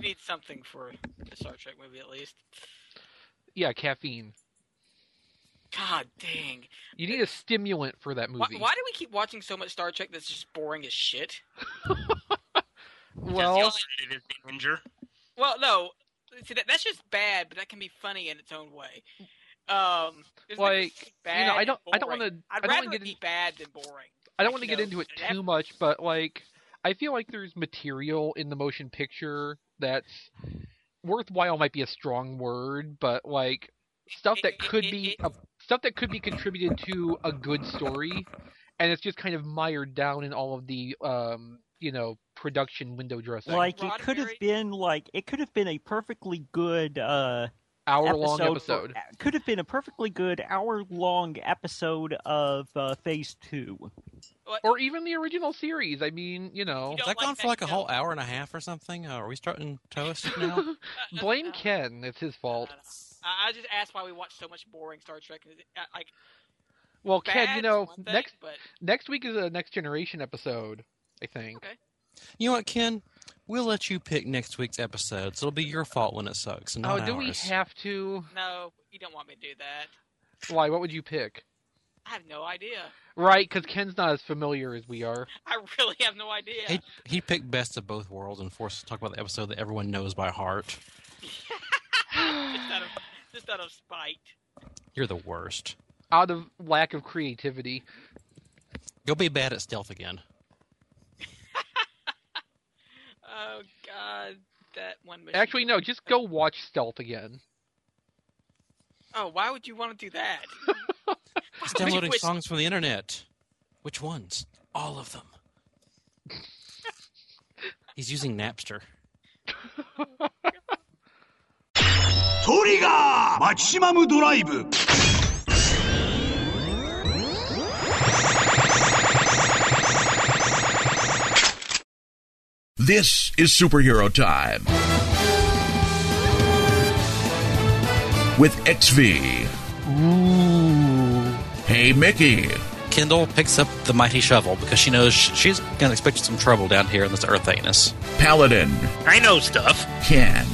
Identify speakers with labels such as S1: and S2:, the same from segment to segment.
S1: need something for the Star Trek movie at least.
S2: Yeah, caffeine.
S1: God dang!
S2: You need a stimulant for that
S1: Why,
S2: movie.
S1: why do we keep watching so much Star Trek that's just boring as shit?
S3: Does the
S2: Well,
S3: alternative is danger?
S1: Well, no, see that, that's just bad, but that can be funny in its own way. Um, there's nothing
S2: Like,
S1: bad
S2: you know, I don't,
S1: and
S2: I don't want
S1: boring.
S2: to, I
S1: I'd
S2: don't
S1: rather
S2: want to
S1: it
S2: get,
S1: be
S2: in,
S1: bad than boring.
S2: I don't want to
S1: you
S2: get
S1: know,
S2: into it
S1: an app-
S2: too much, but like, I feel like there's material in the motion picture that's worthwhile. Might be a strong word, but like stuff that could be a, stuff that could be contributed to a good story, and it's just kind of mired down in all of the, um, you know, production window dressing,
S4: Like it
S1: Roddenberry-
S4: could have been like it could have been a perfectly good uh
S2: hour long
S4: for-
S2: episode.
S4: could have been a perfectly good hour long episode of uh, Phase Two.
S1: What-
S2: or even the original series. I mean, you know,
S1: You
S5: Is that
S1: like
S5: gone
S1: that
S5: for like a
S1: show.
S5: whole hour and a half or something? Uh, are we starting toast now?
S1: uh, uh,
S2: blame
S1: uh,
S2: Ken. It's his fault.
S1: uh, I I just asked why we watch so much boring Star Trek. Is it, uh, Like,
S2: Well,
S1: bad
S2: Ken, you
S1: is
S2: know,
S1: one thing,
S2: next
S1: but
S2: next week is a next generation episode. I think.
S1: Okay.
S5: you know what, Ken? We'll let you pick next week's episodes. It'll be your fault when it sucks.
S2: Oh,
S5: Not
S2: do we
S5: ours.
S2: have to?
S1: no, you don't want me to do that.
S2: Why? What would you pick?
S1: I have no idea.
S2: Right, because Ken's not as familiar as we are.
S1: I really have no idea.
S5: He, he picked best of both worlds and forced us to talk about the episode that everyone knows by heart.
S1: just, out of, just out of spite.
S5: You're the worst.
S2: Out of lack of creativity.
S5: You'll be bad at stealth again.
S1: Oh God, that one. Machine.
S2: Actually, no. Just go watch Stealth again.
S1: Oh, why would you want to do that?
S5: It's downloading
S1: Which-
S5: songs from the internet. Which ones? All of them. He's using Napster.
S6: トリガーマキシマムドライブ
S7: This is Superhero Time. With XV. Hey Mickey.
S5: Kendall picks up the mighty shovel because she knows sh- she's going to expect some trouble down here in this Earth anus.
S7: Paladin.
S3: I know stuff.
S7: Ken.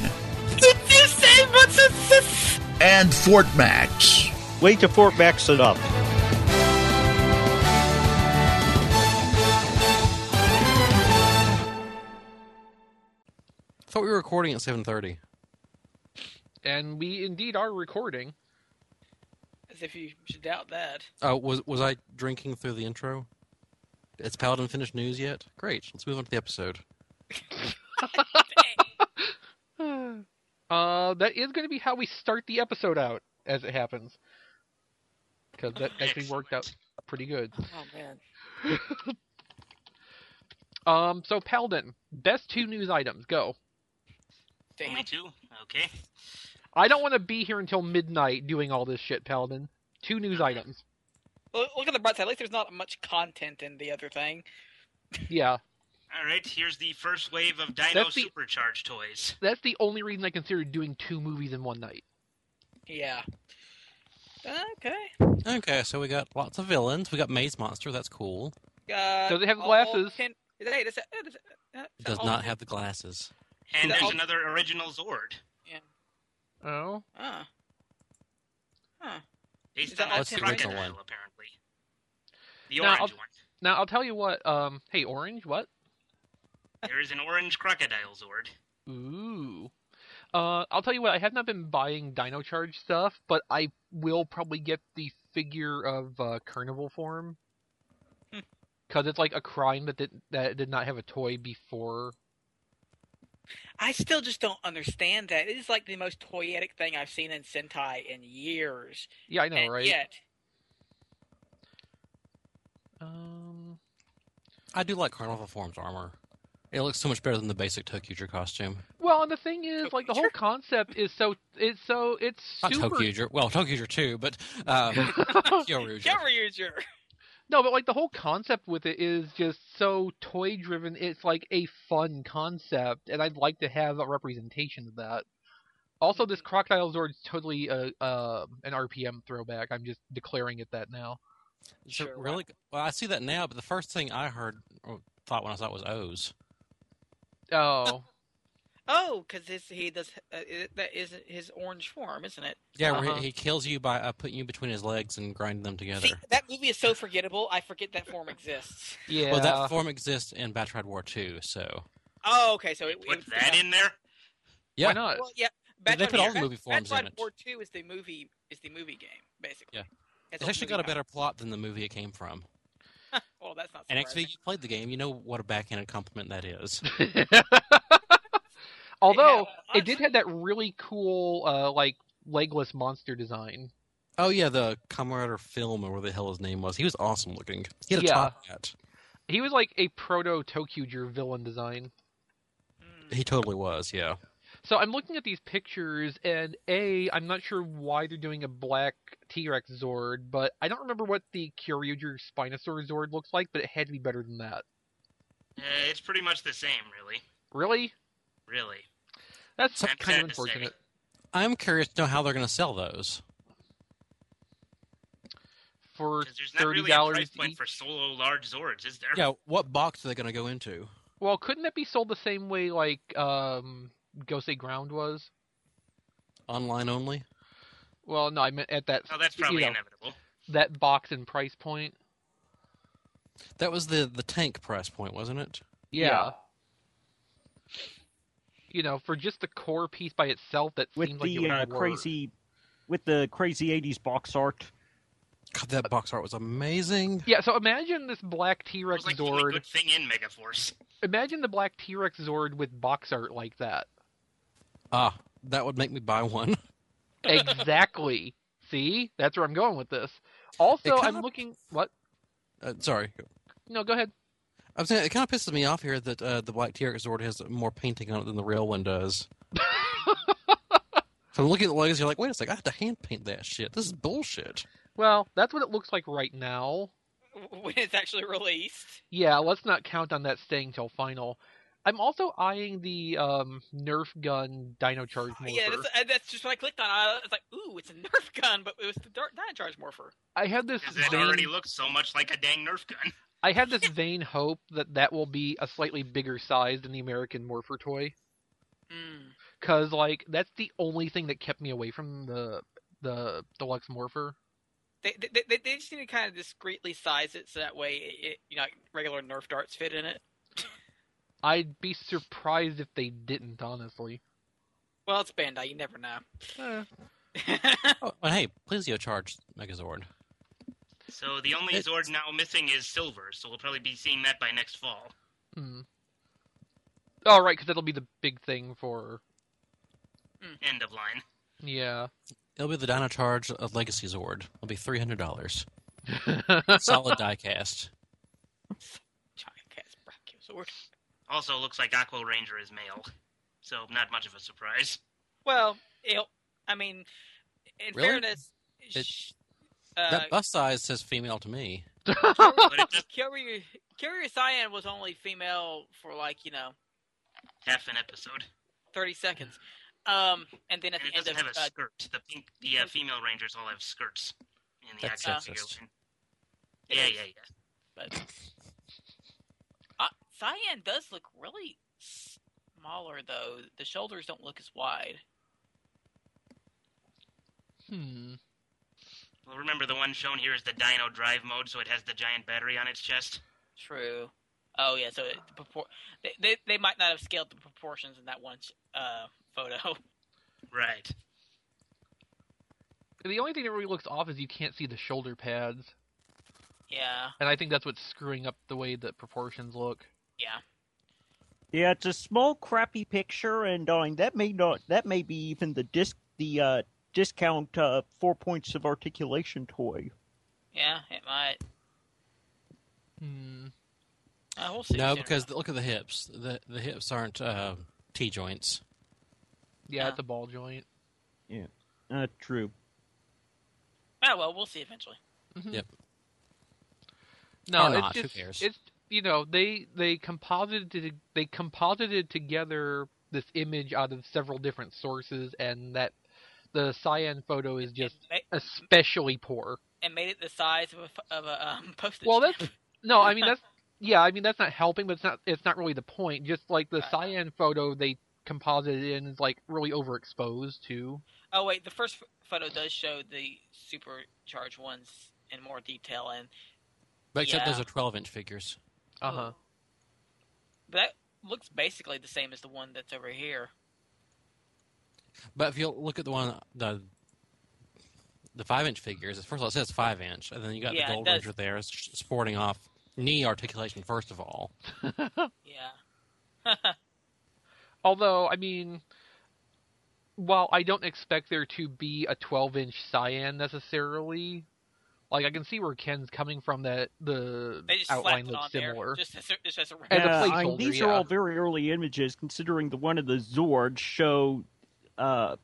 S7: And Fort Max.
S4: Wait till Fort backs it up.
S5: Thought we were recording at 7:30.
S2: And we indeed are recording.
S1: As if you should doubt that.
S5: Oh, was was I drinking through the intro? It's Paladin finished news yet? Great. Let's move on to the episode.
S2: Uh, that is going to be how we start the episode out, as it happens. Because that actually worked out pretty good.
S1: Oh man.
S2: Um, so Paladin, best two news items. Go.
S1: Damn.
S3: Only two. Okay.
S2: I don't want to be here until midnight doing all this shit, Paladin. Two news items.
S1: Look, look at the bright side. At least there's not much content in the other thing.
S2: Yeah,
S3: All right. Here's the first wave of Dino
S2: That's the-
S3: Supercharge toys.
S2: that's the only reason I consider doing two movies in one night.
S1: Yeah. Okay.
S5: Okay, so we got lots of villains. We got Maze Monster. That's cool.
S1: Uh,
S2: Does it have
S1: all
S2: glasses?
S1: Ten, hey, does it, uh, does it, uh,
S5: It does
S1: all
S5: not
S1: ten-
S5: have the glasses.
S3: And
S1: Yeah.
S3: there's another original Zord.
S2: Oh,
S1: Uh. Huh. Is
S3: Based
S1: that
S3: on
S1: all
S3: a
S1: ten
S3: crocodile,
S5: original one?
S3: apparently. The
S2: No,
S3: orange
S2: I'll-
S3: one.
S2: now I'll tell you what. Um, hey, orange, what?
S3: There is an orange crocodile Zord.
S2: Ooh. Uh, I'll tell you what. I have not been buying Dino Charge stuff, but I will probably get the figure of uh, Carnival form
S1: Hmm.
S2: because it's like a crime that did, that did not have a toy before.
S1: I still just don't understand that. It is like the most toyetic thing I've seen in Sentai in years.
S2: Yeah, I know,
S1: and
S2: right?
S1: Yet,
S2: Um,
S5: I do like Carnival Forms armor. It looks so much better than the basic Tokuger costume.
S2: Well, and the thing is, like the whole
S1: Sure.
S2: concept is so it's so it's
S5: Not
S2: super.
S5: Tokuger. Well, Tokuger too, but um, Kyoruger.
S1: cover user.
S2: No, but like the whole concept with it is just so toy driven. It's like a fun concept, and I'd like to have a representation of that. Also, this
S5: Mm-hmm.
S2: crocodile Zord's totally uh, uh, an RPM throwback. I'm just declaring it that now.
S5: So
S1: Sure, why
S5: really, well, I see that now. But the first thing I heard or thought when I saw it was O's.
S2: Oh,
S1: Oh, because he does. Uh, it, that is his orange form, isn't it?
S5: Yeah, where
S2: Uh-huh.
S5: he- he kills you by uh, putting you between his legs and grinding them together.
S1: See, that movie is so forgettable. I forget that form exists.
S2: Yeah.
S5: Well, that form exists in Batrad War 2, so.
S1: Oh, okay. So it,
S3: Put
S1: it-
S3: that in there.
S5: Yeah.
S2: Why not?
S1: Well, yeah.
S5: They- they
S1: Batroid-
S5: put all the
S1: Bat-
S5: movie forms in
S1: Batroid
S5: it.
S1: War Two is the movie is the movie game basically.
S5: Yeah.
S1: That's
S5: It's
S1: what
S5: actually
S1: the
S5: got a
S1: movie
S5: better plot than the movie it came from.
S1: got. Well, that's not.
S5: And actually,
S1: surprising.
S5: you played the game. You know what a backhanded compliment that is.
S2: Although
S1: Yeah,
S2: Oh, it did have that really cool, uh, like legless monster design.
S5: Oh yeah, the Comrade or Film or where the hell his name was. He was awesome looking. He had a
S2: Yeah.
S5: top hat.
S2: He was like a proto Tokuger villain design.
S1: Mm.
S5: He totally was. Yeah.
S2: So I'm looking at these pictures, and a I'm not sure why they're doing a black T-Rex Zord, but I don't remember what the Kyoryuger Spinosaur Zord looks like, but it had to be better than that.
S3: Uh, it's pretty much the same, really.
S2: Really?
S3: Really.
S2: That's
S3: I'm
S2: kind of
S3: sad to say.
S2: unfortunate.
S5: I'm curious to know how they're going to sell those.
S2: For
S3: Because there's not
S2: thirty
S3: really a price
S2: dollars
S3: point for solo large Zords, is there?
S5: Yeah. What box are they going to go into?
S2: Well, couldn't that be sold the same way like um, Gosei Ground was?
S5: Online only.
S2: Well, no, I meant at that.
S3: Oh, that's
S2: you
S3: probably
S2: know,
S3: inevitable.
S2: that box and price point.
S5: That was the the tank price point, wasn't it?
S2: Yeah. You know, for just the core piece by itself, that
S4: with
S2: seems like it
S4: the
S2: would
S4: uh,
S2: work.
S4: crazy, with the crazy '80s box art.
S5: God, that box art was amazing.
S2: Yeah, so imagine this black
S3: It
S2: T-Rex
S3: was like the only
S2: Zord.
S3: good thing in Megaforce.
S2: Imagine the black T-Rex Zord with box art like that.
S5: Ah, that would make me buy one.
S2: Exactly. See, that's where I'm going with this. Also,
S5: kinda-
S2: I'm looking. What?
S5: Uh, sorry.
S2: No, go ahead.
S5: I'm saying it kind of pisses me off here that uh, the Black T-Rex Zord has more painting on it than the real one does. so I'm looking at the legs, you're like, wait a second, I have to hand paint that shit. This is bullshit.
S2: Well, that's what it looks like right now.
S1: when it's actually released.
S2: Yeah, let's not count on that staying till final. I'm also eyeing the um, Nerf gun Dino Charge
S3: Oh,
S2: Morpher.
S1: Yeah, that's, uh, that's just what I clicked on. I was like, "Ooh, it's a Nerf gun," but it was the Dark Dino Charge Morpher.
S2: I have this.
S3: Because it
S2: vague-
S3: already looks so much like a dang Nerf gun.
S2: I have this vain hope that that will be a slightly bigger size than the American Morpher toy,
S1: Mm.
S2: because like that's the only thing that kept me away from the the deluxe Morpher.
S1: They, they, they they just need to kind of discreetly size it so that way it, it- you know like regular Nerf darts fit in it.
S2: I'd be surprised if they didn't, honestly.
S1: Well, it's Bandai. You never know.
S2: Eh,
S5: Oh, and hey, Plesio charged Megazord.
S3: So the only
S5: It's-
S3: Zord now missing is Silver, so we'll probably be seeing that by next fall.
S2: hmm. Oh right, because that'll be the big thing for
S3: End of line.
S2: yeah.
S5: It'll be the Dino Charge of Legacy Zord. It'll be three hundred dollars.
S2: Hmm.
S5: Solid diecast.
S1: Giant cast brachiosaur.
S3: Also, looks like Aqua Ranger is male, so not much of a surprise.
S1: Well, it, I mean, in
S5: Really?
S1: fairness,
S5: It-
S1: sh- uh,
S5: that bus size says female to me.
S3: But it does
S1: Curious, Curious Ion was only female for like you know
S3: half an episode,
S1: thirty seconds, um, and then at
S3: and it
S1: the end of Mm-hmm.
S3: doesn't have a
S1: uh,
S3: skirt. The pink, the uh, female Rangers all have skirts in the
S5: That's
S3: action figure
S5: sexist.
S3: line.
S1: It
S3: Yeah,
S1: is.
S3: yeah, yeah.
S1: but uh, Cyan does look really smaller though. The shoulders don't look as wide.
S2: hmm.
S3: Well, remember the one shown here is the Dino Drive mode, so it has the giant battery on its chest.
S1: True. Oh yeah, so it, the propor- they, they they might not have scaled the proportions in that one uh, photo.
S3: Right.
S2: The only thing that really looks off is you can't see the shoulder pads,
S1: yeah,
S2: and I think that's what's screwing up the way the proportions look.
S1: yeah.
S4: Yeah, it's a small, crappy picture, and uh, that may not that may be even the disc the uh, discount uh, four points of articulation toy.
S1: Yeah, it might.
S2: Hmm.
S1: Uh, we'll see.
S5: No,
S1: soon
S5: because
S1: enough.
S5: the, look at the hips. The the hips aren't uh, T joints.
S2: Yeah,
S1: Yeah.
S2: it's a ball joint.
S4: Uh, true.
S1: oh well, we'll see eventually.
S2: No,
S5: Or
S2: it's
S5: not, who
S2: just
S5: cares?
S2: it's you know they they composited they composited together this image out of several different sources, and that the cyan photo is just
S1: and, ma-
S2: especially poor.
S1: and made it the size of a f- of a um, postage.
S2: Well,
S1: stamp.
S2: that's no, I mean that's yeah, I mean that's not helping, but it's not it's not really the point. Just like the
S1: Right.
S2: cyan photo, they composited in is like really overexposed too.
S1: Oh wait, the first ph- photo does show the supercharged ones in more detail, and
S5: But except
S1: Yeah.
S5: those are 12 inch figures.
S2: Uh
S5: Uh-huh.
S2: huh.
S1: but that looks basically the same as the one that's over here.
S5: But if you look at the one, the the five inch figures, first of all, it says five inch, and then you got
S1: Yeah, it
S5: the Gold
S1: does.
S5: Ranger there s- sporting off knee articulation, first of all.
S1: Yeah.
S2: Although, I mean, while I don't expect there to be a 12 inch cyan necessarily, like I can see where Ken's coming from that the
S1: They just
S2: outline
S1: slapped it on
S2: looks
S1: there.
S2: similar.
S1: Just as, a- just as a
S2: As a
S1: random-
S4: I mean,
S2: placeholder,
S4: these are
S2: yeah.
S4: all very early images, considering the one of the Zords show uh,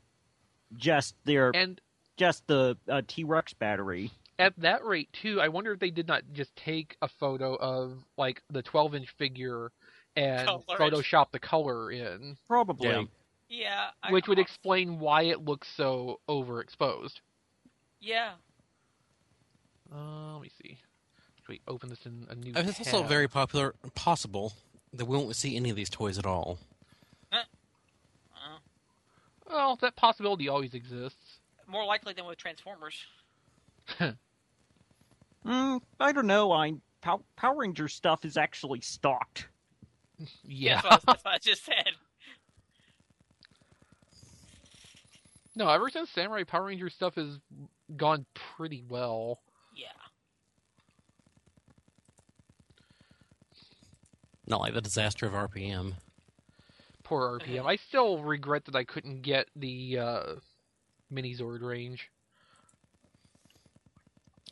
S4: just their
S2: And
S4: just the uh, T Rex battery.
S2: at that rate, too, I wonder if they did not just take a photo of like the 12 inch figure and
S1: Color it.
S2: Photoshop the color in,
S4: Probably.
S5: Yeah.
S1: yeah. I-
S2: which would explain why it looks so overexposed.
S1: Yeah.
S2: Uh, let me see. Should we open this in a new?
S5: I mean, it's also
S2: tab?
S5: very popular, possible that we won't see any of these toys at all.
S1: Uh,
S2: well. That possibility always exists.
S1: more likely than with Transformers.
S4: Mm, I don't know. I Pow- Power Ranger stuff is actually stocked.
S2: Yeah.
S1: That's what I, was- that's what I just said.
S2: No, ever since Samurai Power Ranger stuff has gone pretty well.
S1: Yeah.
S5: Not like the disaster of RPM.
S2: Poor RPM. I still regret that I couldn't get the uh, mini Zord range.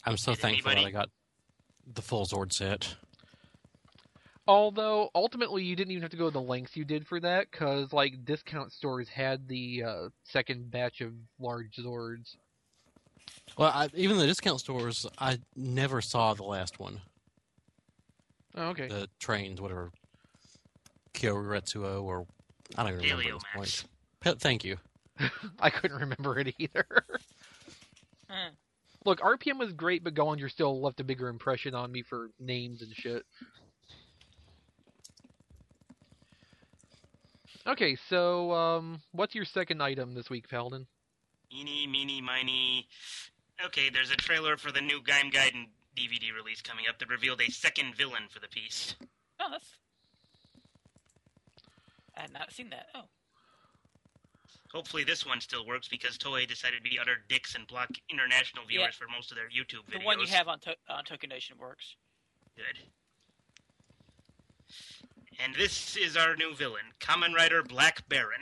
S5: I'm so
S3: Did
S5: thankful that I
S3: anybody-
S5: got the full Zord set.
S2: Although ultimately you didn't even have to go to the lengths you did for that, because like discount stores had the uh, second batch of large Zords.
S5: Well, I, even the discount stores, I never saw the last one.
S2: Oh, okay.
S5: The trains, whatever. Kyoretsuo or I don't even remember at this
S3: Heliomax.
S5: point. Pe- thank you.
S2: I couldn't remember it either.
S1: Hmm.
S2: Look, RPM was great, but Gollinger still left a bigger impression on me for names and shit. Okay, so um, what's your second item this week, Paladin?
S3: Eeny, meeny, miny. Okay, there's a trailer for the new Gaim Gaiden DVD release coming up that revealed a second villain for the piece.
S1: Oh, that's. I had not seen that. Oh.
S3: Hopefully, this one still works because Toei decided to be utter dicks and block international
S1: Yeah.
S3: viewers for most of their YouTube
S1: The
S3: videos.
S1: one you have on, to- on Token Nation works.
S3: Good. And this is our new villain, Kamen Rider Black Baron.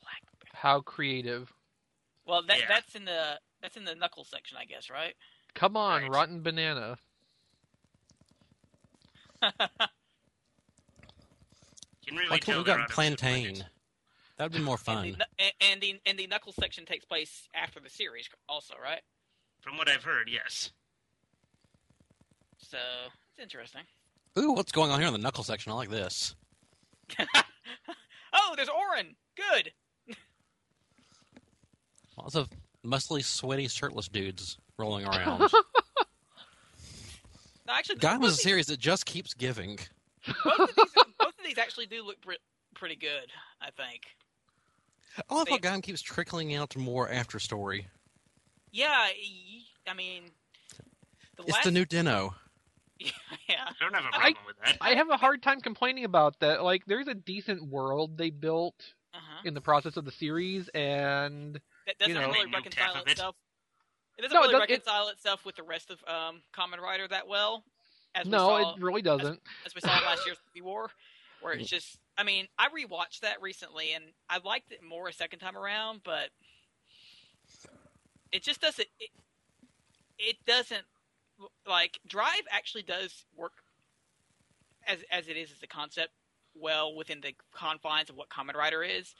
S1: Black. Bear.
S2: How creative.
S1: Well, that
S3: Yeah.
S1: that's in the that's in the knuckle section, I guess, right?
S2: Come on,
S3: Right.
S2: Rotten Banana.
S3: You can really
S5: Why can't
S3: tell they're
S5: we got
S3: out of budget.
S5: plantain? That'd be more
S1: And
S5: fun.
S1: the, kn- and, and the and the knuckle section takes place after the series, also, right?
S3: From what I've heard, yes.
S1: So it's interesting.
S5: Ooh, what's going on here in the knuckle section? I like this.
S1: oh, there's Orin. Good.
S5: Lots of muscly, sweaty, shirtless dudes rolling around.
S1: No, actually,
S5: Guy
S1: both,
S5: was a
S1: these,
S5: series that just keeps giving.
S1: both of these both of these actually do look pre- pretty good. I think.
S5: I love how
S1: They-
S5: Guy keeps trickling out more after story.
S1: Yeah, y- I mean, the
S5: It's
S1: last
S5: the new Dino.
S1: yeah.
S3: I don't have a
S2: I-
S3: problem with that.
S2: I have a hard time complaining about that. Like, there's a decent world they built
S1: Uh-huh.
S2: in the process of the series, and
S1: That doesn't
S2: You know.
S1: really
S3: They nuked half
S1: reconcile
S3: of it.
S1: itself. It doesn't
S2: No, it
S1: really
S2: does- it-
S1: reconcile itself with the rest of um, Common Rider that well, as we
S2: no,
S1: saw
S2: it really doesn't.
S1: as we saw in last year's Civil War, where it's just. I mean, I rewatched that recently, and I liked it more a second time around, but it just doesn't. It, it doesn't like Drive actually does work as as it is as a concept well within the confines of what Common Rider is.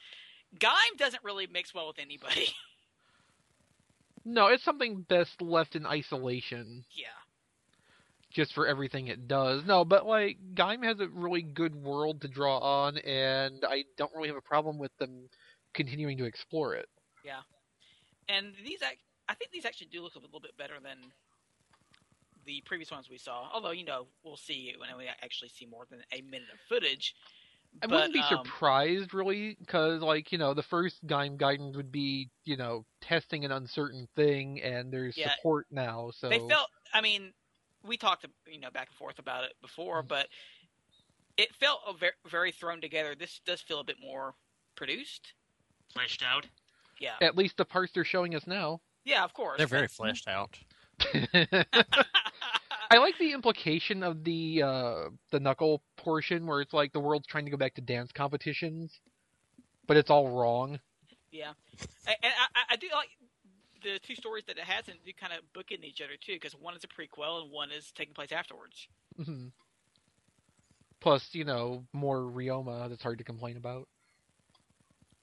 S1: Gaim doesn't really mix well with anybody.
S2: No, it's something best left in isolation.
S1: yeah.
S2: just for everything it does. No, but like Gaim has a really good world to draw on, and I don't really have a problem with them continuing to explore it.
S1: and these act- I think these actually do look a little bit better than the previous ones we saw. Although you know we'll see when we actually see more than a minute of footage.
S2: I
S1: But,
S2: wouldn't be
S1: um,
S2: surprised really, because like you know, the first Gaim guidance would be you know testing an uncertain thing, and there's
S1: Yeah.
S2: support now. So
S1: They felt. I mean, we talked, you know, back and forth about it before, but it felt a very, very thrown together. This does feel a bit more produced.
S3: fleshed out.
S1: Yeah.
S2: at least the parts they're showing us now.
S1: Yeah. Of course.
S5: They're very fleshed out.
S2: I like the implication of the uh, the knuckle portion where it's like the world's trying to go back to dance competitions, but it's all wrong.
S1: Yeah, and and I, I- I do like the two stories that it has, and do kind of bookend each other too, because one is a prequel and one is taking place afterwards.
S2: Mhm. Plus, you know, more Ryoma that's hard to complain about.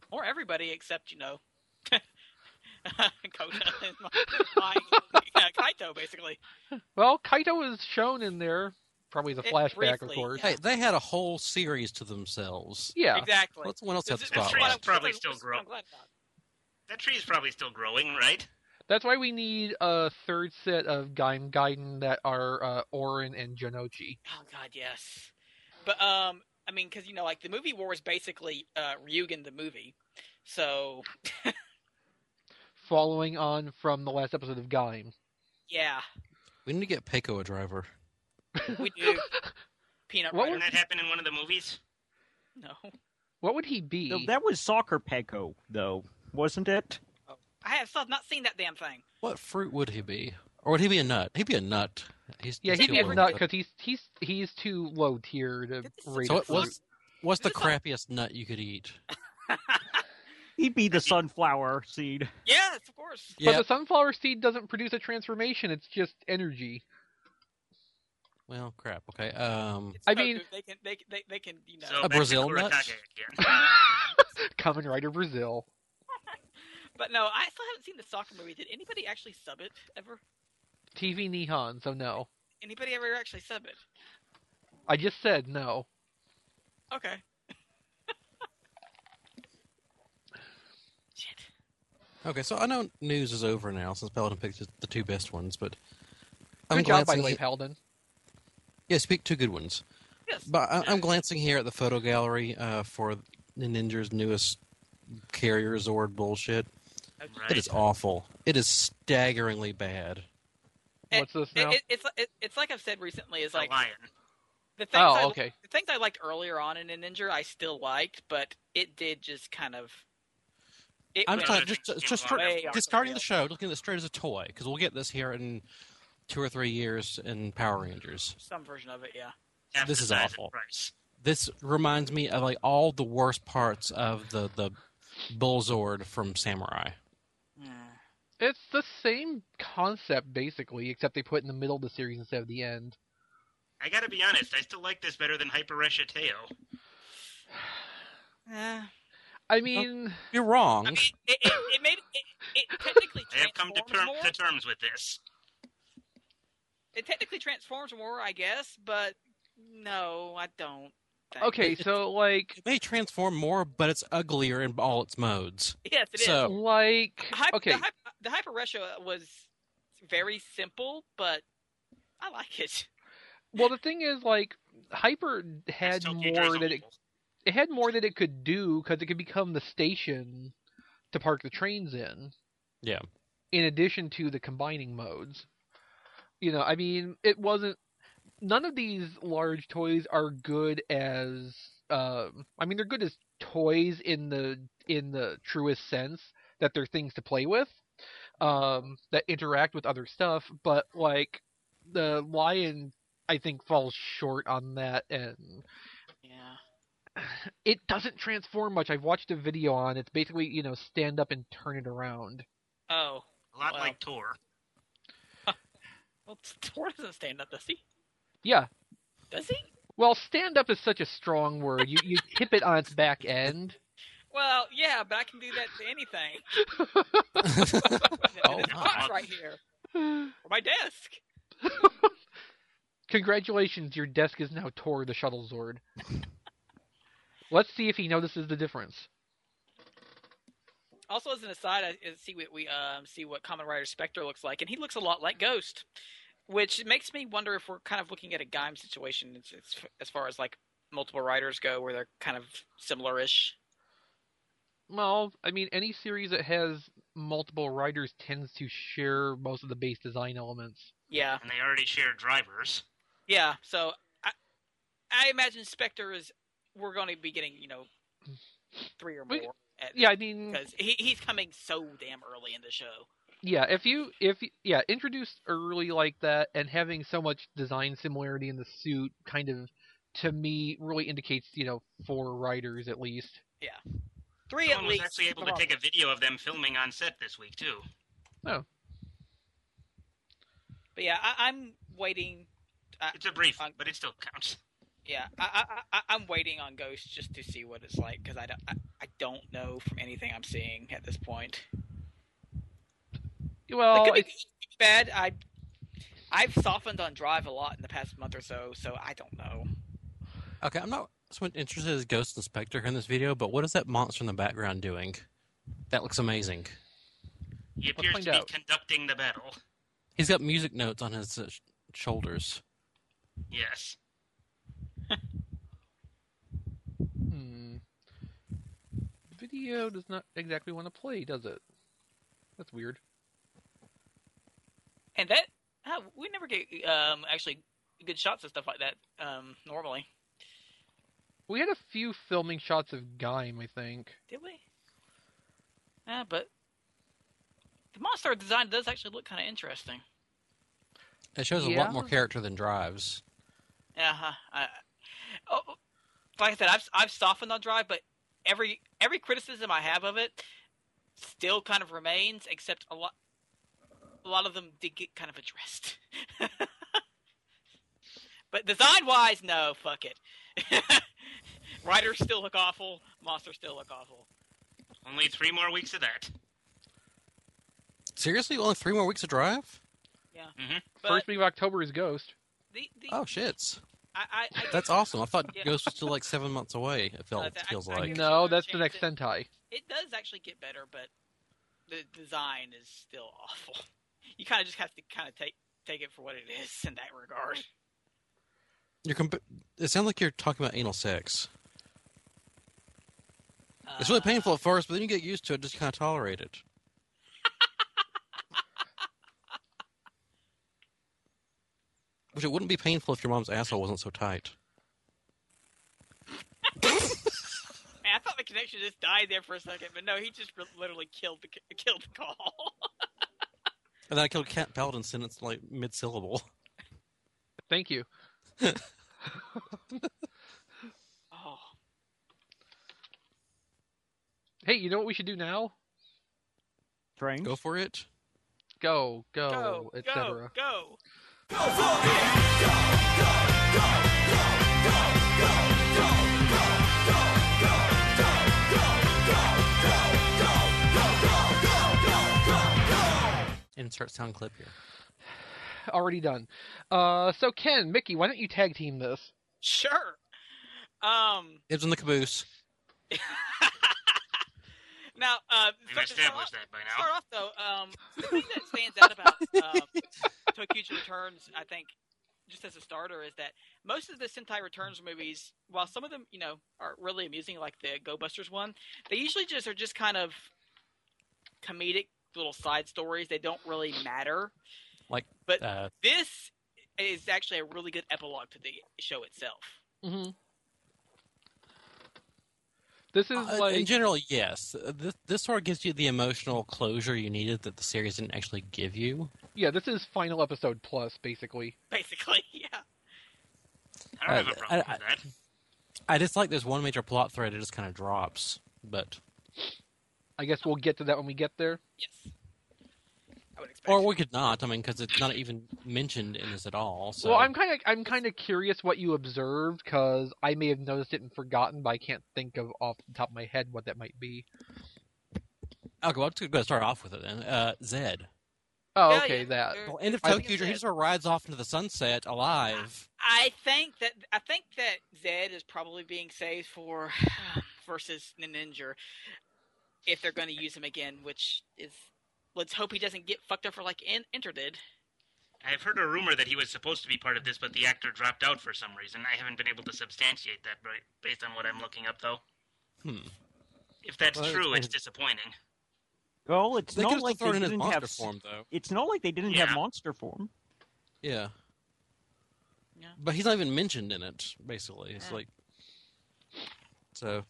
S1: Or everybody except you know, Kota and my, my, uh, Kaito, basically.
S2: Well, Kaito is shown in there, probably as a
S1: It-
S2: flashback, of
S1: briefly,
S2: course.
S1: yeah.
S5: Hey, they had a whole series to themselves.
S2: Yeah,
S1: Exactly.
S5: What's someone else had the
S1: This is- this is
S3: Tree's
S1: what I'm-
S5: spotlight?
S3: probably
S1: this is
S3: still
S1: what
S3: grow-
S1: I'm glad about.
S3: That tree's probably still growing, right?
S2: that's why we need a third set of Gaim Gaiden that are uh, Orin and Janochi.
S1: Oh God, yes. But um, I mean, because you know, like the movie War is basically uh, Ryugen the movie, so
S2: following on from the last episode of Gaim.
S1: yeah,
S5: We need to get Peiko a driver.
S1: we do. Peanut
S2: What
S1: butter.
S3: Didn't that happen in one of the movies?
S1: No.
S2: What would he be?
S4: No, that was soccer Peko, though, wasn't it?
S1: I have still not seen that damn thing.
S5: What fruit would he be? Or would he be a nut? He'd be a nut. He's
S2: yeah, he'd
S5: too
S2: be
S5: old.
S2: nut because he's he's he's too low tier to
S1: Did this-
S2: rate.
S5: So
S2: a
S5: what was?
S2: fruit.
S5: What's the
S1: This is not-
S5: crappiest nut you could eat?
S4: He'd be the sunflower seed.
S1: Yes, of course.
S2: But
S5: Yeah.
S2: the sunflower seed doesn't produce a transformation; it's just energy.
S5: Well, crap. Okay. Um.
S1: It's
S2: I
S1: Toku.
S2: mean-
S1: they can, they, can- they, they can, you know.
S3: So
S5: A
S3: back to
S5: Brazil nut?
S3: Kuratake again.
S2: Common Rider Brazil.
S1: But no, I still haven't seen the soccer movie. Did anybody actually sub it ever?
S2: TV Nihon, so no.
S1: Anybody ever actually sub it?
S2: I just said no.
S1: Okay. Shit.
S5: Okay. So I know news is over now since Paladin picked the- the two best ones, but
S2: Good
S5: I'm
S2: job, by
S5: glancing
S2: the way,
S5: he-
S2: Paladin.
S5: Yeah, speak two good ones.
S1: Yes.
S5: But I, I'm glancing here at the photo gallery uh, for Ninja's newest carrier Zord bullshit.
S3: Right.
S5: It is awful. It is staggeringly bad.
S1: It-
S2: What's this now?
S1: It, it, it's it, it's like I've said recently. Is
S3: The
S1: like
S3: lion.
S1: the things I,
S2: oh, okay.
S1: the things I liked earlier on in Ninja, I still liked, but it did just kind of. It
S5: I'm
S1: went
S5: sorry,
S3: just-
S5: just just, just
S3: Way
S5: for,
S1: off the
S5: discarding the
S1: rails.
S5: show, looking at it straight as a toy, because we'll get this here in two or three years in Power Rangers.
S1: some version of it, yeah.
S3: Half
S5: This
S3: the
S5: is
S3: size
S5: awful.
S3: and price.
S5: This reminds me of like all the worst parts of the the Bullzord from Samurai.
S2: It's the same concept basically, except they put it in the middle of the series instead of the end.
S3: I gotta be honest, I still like this better than Hyper Resha Teo.
S1: Eh.
S2: I mean,
S5: You're wrong.
S1: I mean, it, it, it maybe it, it technically
S3: I have come
S1: transforms
S3: to, term,
S1: more.
S3: to terms with this.
S1: It technically transforms more, I guess, but no, I don't. think-
S2: okay, so like
S5: It may transform more, but it's uglier in all its modes.
S1: Yes, it is.
S5: So-
S2: like
S1: Hy-
S2: okay,
S1: Oh. The, hy- the Hyper Russia was very simple, but I like it.
S2: Well, the thing is, like, Hyper had
S3: It's Tokyo
S2: more
S3: Drizzle.
S2: that it, it had more that it could do because it could become the station to park the trains in.
S5: Yeah.
S2: In addition to the combining modes, you know, I mean, it wasn't. None of these large toys are good as. Um, I mean, they're good as toys in the in the truest sense that they're things to play with, um, that interact with other stuff. But like the lion, I think falls short on that, and
S1: Yeah.
S2: it doesn't transform much. I've watched a video on it. it's basically you know stand up and turn it around.
S1: Oh.
S3: A lot
S1: Wow.
S3: like Tor.
S1: Well, Thor doesn't stand up, does he?
S2: Yeah,
S1: Does he?
S2: well, stand up is such a strong word. You you tip it on its back end.
S1: Well, yeah, but I can do that to anything.
S5: Oh,
S1: There's a box
S3: wow.
S1: right here. Or my desk.
S2: Congratulations, your desk is now Tor the Shuttle Zord. Let's see if he notices the difference.
S1: Also, as an aside, I I see what we um, see what Common Rider Spectre looks like, and he looks a lot like Ghost, which makes me wonder if we're kind of looking at a Gaim situation as, as- as far as like multiple writers go, where they're kind of similar-ish.
S2: Well, I mean, any series that has multiple writers tends to share most of the base design elements.
S1: Yeah,
S3: and they already share drivers.
S1: yeah. So I, I imagine Spectre is we're going to be getting you know three or
S2: We-
S1: more. At,
S2: Yeah, I mean,
S1: because he, he's coming so damn early in the show.
S2: yeah, if you if y- yeah, introduced early like that and having so much design similarity in the suit kind of to me really indicates, you know, four writers at least.
S1: Three
S3: Someone
S1: at
S3: was
S1: least.
S3: actually able to take a video of them filming on set this week too.
S1: But yeah, I, I'm waiting.
S3: It's a brief,
S2: Uh,
S1: On-
S3: but it still counts.
S1: Yeah, I, I, I, I'm waiting on Ghost just to see what it's like because I don't, I, I don't know from anything I'm seeing at this point.
S2: Well,
S1: it could be
S2: it's-
S1: good, bad. I I've softened on Drive a lot in the past month or so, so I don't know.
S5: Okay, I'm not so much interested as Ghost Inspector in this video, but what is that monster in the background doing? That looks amazing.
S3: He
S2: Let's
S3: appears
S2: find
S3: to be
S2: out.
S3: conducting the battle.
S5: He's got music notes on his uh, sh- shoulders.
S3: Yes.
S2: hmm. video does not exactly want to play, does it? That's weird.
S1: And that oh, we never get um actually good shots of stuff like that um normally,
S2: We had a few filming shots of Gaim, I think.
S1: did we? Yeah, but the monster design does actually look kind of interesting.
S5: It shows a
S2: Yeah.
S5: lot more character than drives.
S1: Yeah, huh, Uh-huh. I, oh, like I said, I've I've softened on Drive, but every every criticism I have of it still kind of remains, except a lot a lot of them did get kind of addressed. but design wise, no, fuck it. Writers still look awful. Monsters still look awful.
S3: Only three more weeks of that.
S5: Seriously, only three more weeks of drive?
S1: But
S2: First week of October is Ghost.
S1: the, the,
S5: Oh shits,
S1: I, I, I,
S5: that's awesome. I thought
S1: Yeah.
S5: Ghost was still like seven months away. It felt
S1: Uh, that-
S5: feels
S1: I- I
S5: like.
S1: guess
S2: No,
S1: we're gonna
S2: that's the
S1: change
S2: next
S1: it.
S2: Sentai.
S1: it does actually get better, but the design is still awful. You kind of just have to kind of take take it for what it is in that regard.
S5: You're comp- it sounds like you're talking about anal sex.
S1: Uh,
S5: It's really painful at first, but then you get used to it. Just kind of tolerate it. Which it wouldn't be painful if your mom's asshole wasn't so tight.
S1: Uh, Man, I thought the connection just died there for a second, but no, he just re- literally killed the c- killed the call.
S5: And then I killed Cat Paladin sentence like mid syllable.
S2: Thank you.
S1: oh,
S2: Hey, you know what we should do now?
S4: Trains.
S5: Go for it.
S2: Go, go,
S5: Oh,
S1: go
S2: etc.
S1: go go!
S5: Insert sound clip here.
S2: Already done. Uh, so Ken, Mickey, why don't you tag team this?
S1: Sure. Um.
S5: Dibs in the caboose.
S1: Now, uh,
S3: We've
S1: so- to start
S3: established that by now.
S1: start off though, um, the thing that stands out about um, Tokyuji Returns, I think, just as a starter, is that most of the Sentai Returns movies, while some of them, you know, are really amusing, like the Go Busters one, they usually just are just kind of comedic little side stories. They don't really matter.
S5: Uh,
S1: This is actually a really good epilogue to the show itself.
S2: Mm-hmm. This is
S5: uh,
S2: like
S5: in general, yes. Uh, This, this sort of gives you the emotional closure you needed that the series didn't actually give you.
S2: yeah, this is final episode plus basically.
S1: Basically, yeah.
S3: I don't
S5: Uh,
S3: have a problem
S5: I-
S3: with that.
S5: I just like there's one major plot thread that just kind of drops, but
S2: I guess we'll get to that when we get there.
S1: Yes. I would expect.
S5: or we could not. I mean, because it's not even mentioned in this at all. So
S2: Well, I'm kind of I'm kind of curious what you observed because I may have noticed it and forgotten, but I can't think of off the top of my head what that might be.
S5: okay. Well, I'm just gonna go ahead and start off with it then. Uh, Zed.
S2: Oh,
S1: Yeah,
S2: okay,
S1: yeah,
S2: that.
S1: they're-
S5: Well, end of
S2: I
S1: think
S5: Tokyo. He
S1: Zed.
S5: just sort of rides off into the sunset alive.
S1: I think that I think that Zed is probably being saved for versus Ninja if they're going to use him again, which is let's hope he doesn't get fucked up for like in, Enter did.
S3: I've heard a rumor that he was supposed to be part of this, but the actor dropped out for some reason. I haven't been able to substantiate that ba- based on what I'm looking up, though.
S5: Hmm.
S3: If that's
S5: Well,
S3: true,
S5: it's-
S3: it's disappointing.
S4: Well, it's
S5: They could
S4: not
S5: have
S4: like they
S5: thrown in his
S4: didn't
S5: monster
S4: have. s-
S5: form, though.
S4: It's not like they didn't have
S3: Yeah.
S4: monster form.
S5: Yeah.
S1: Yeah.
S5: But he's not even mentioned in it, basically. It's
S1: Yeah.
S5: like. So,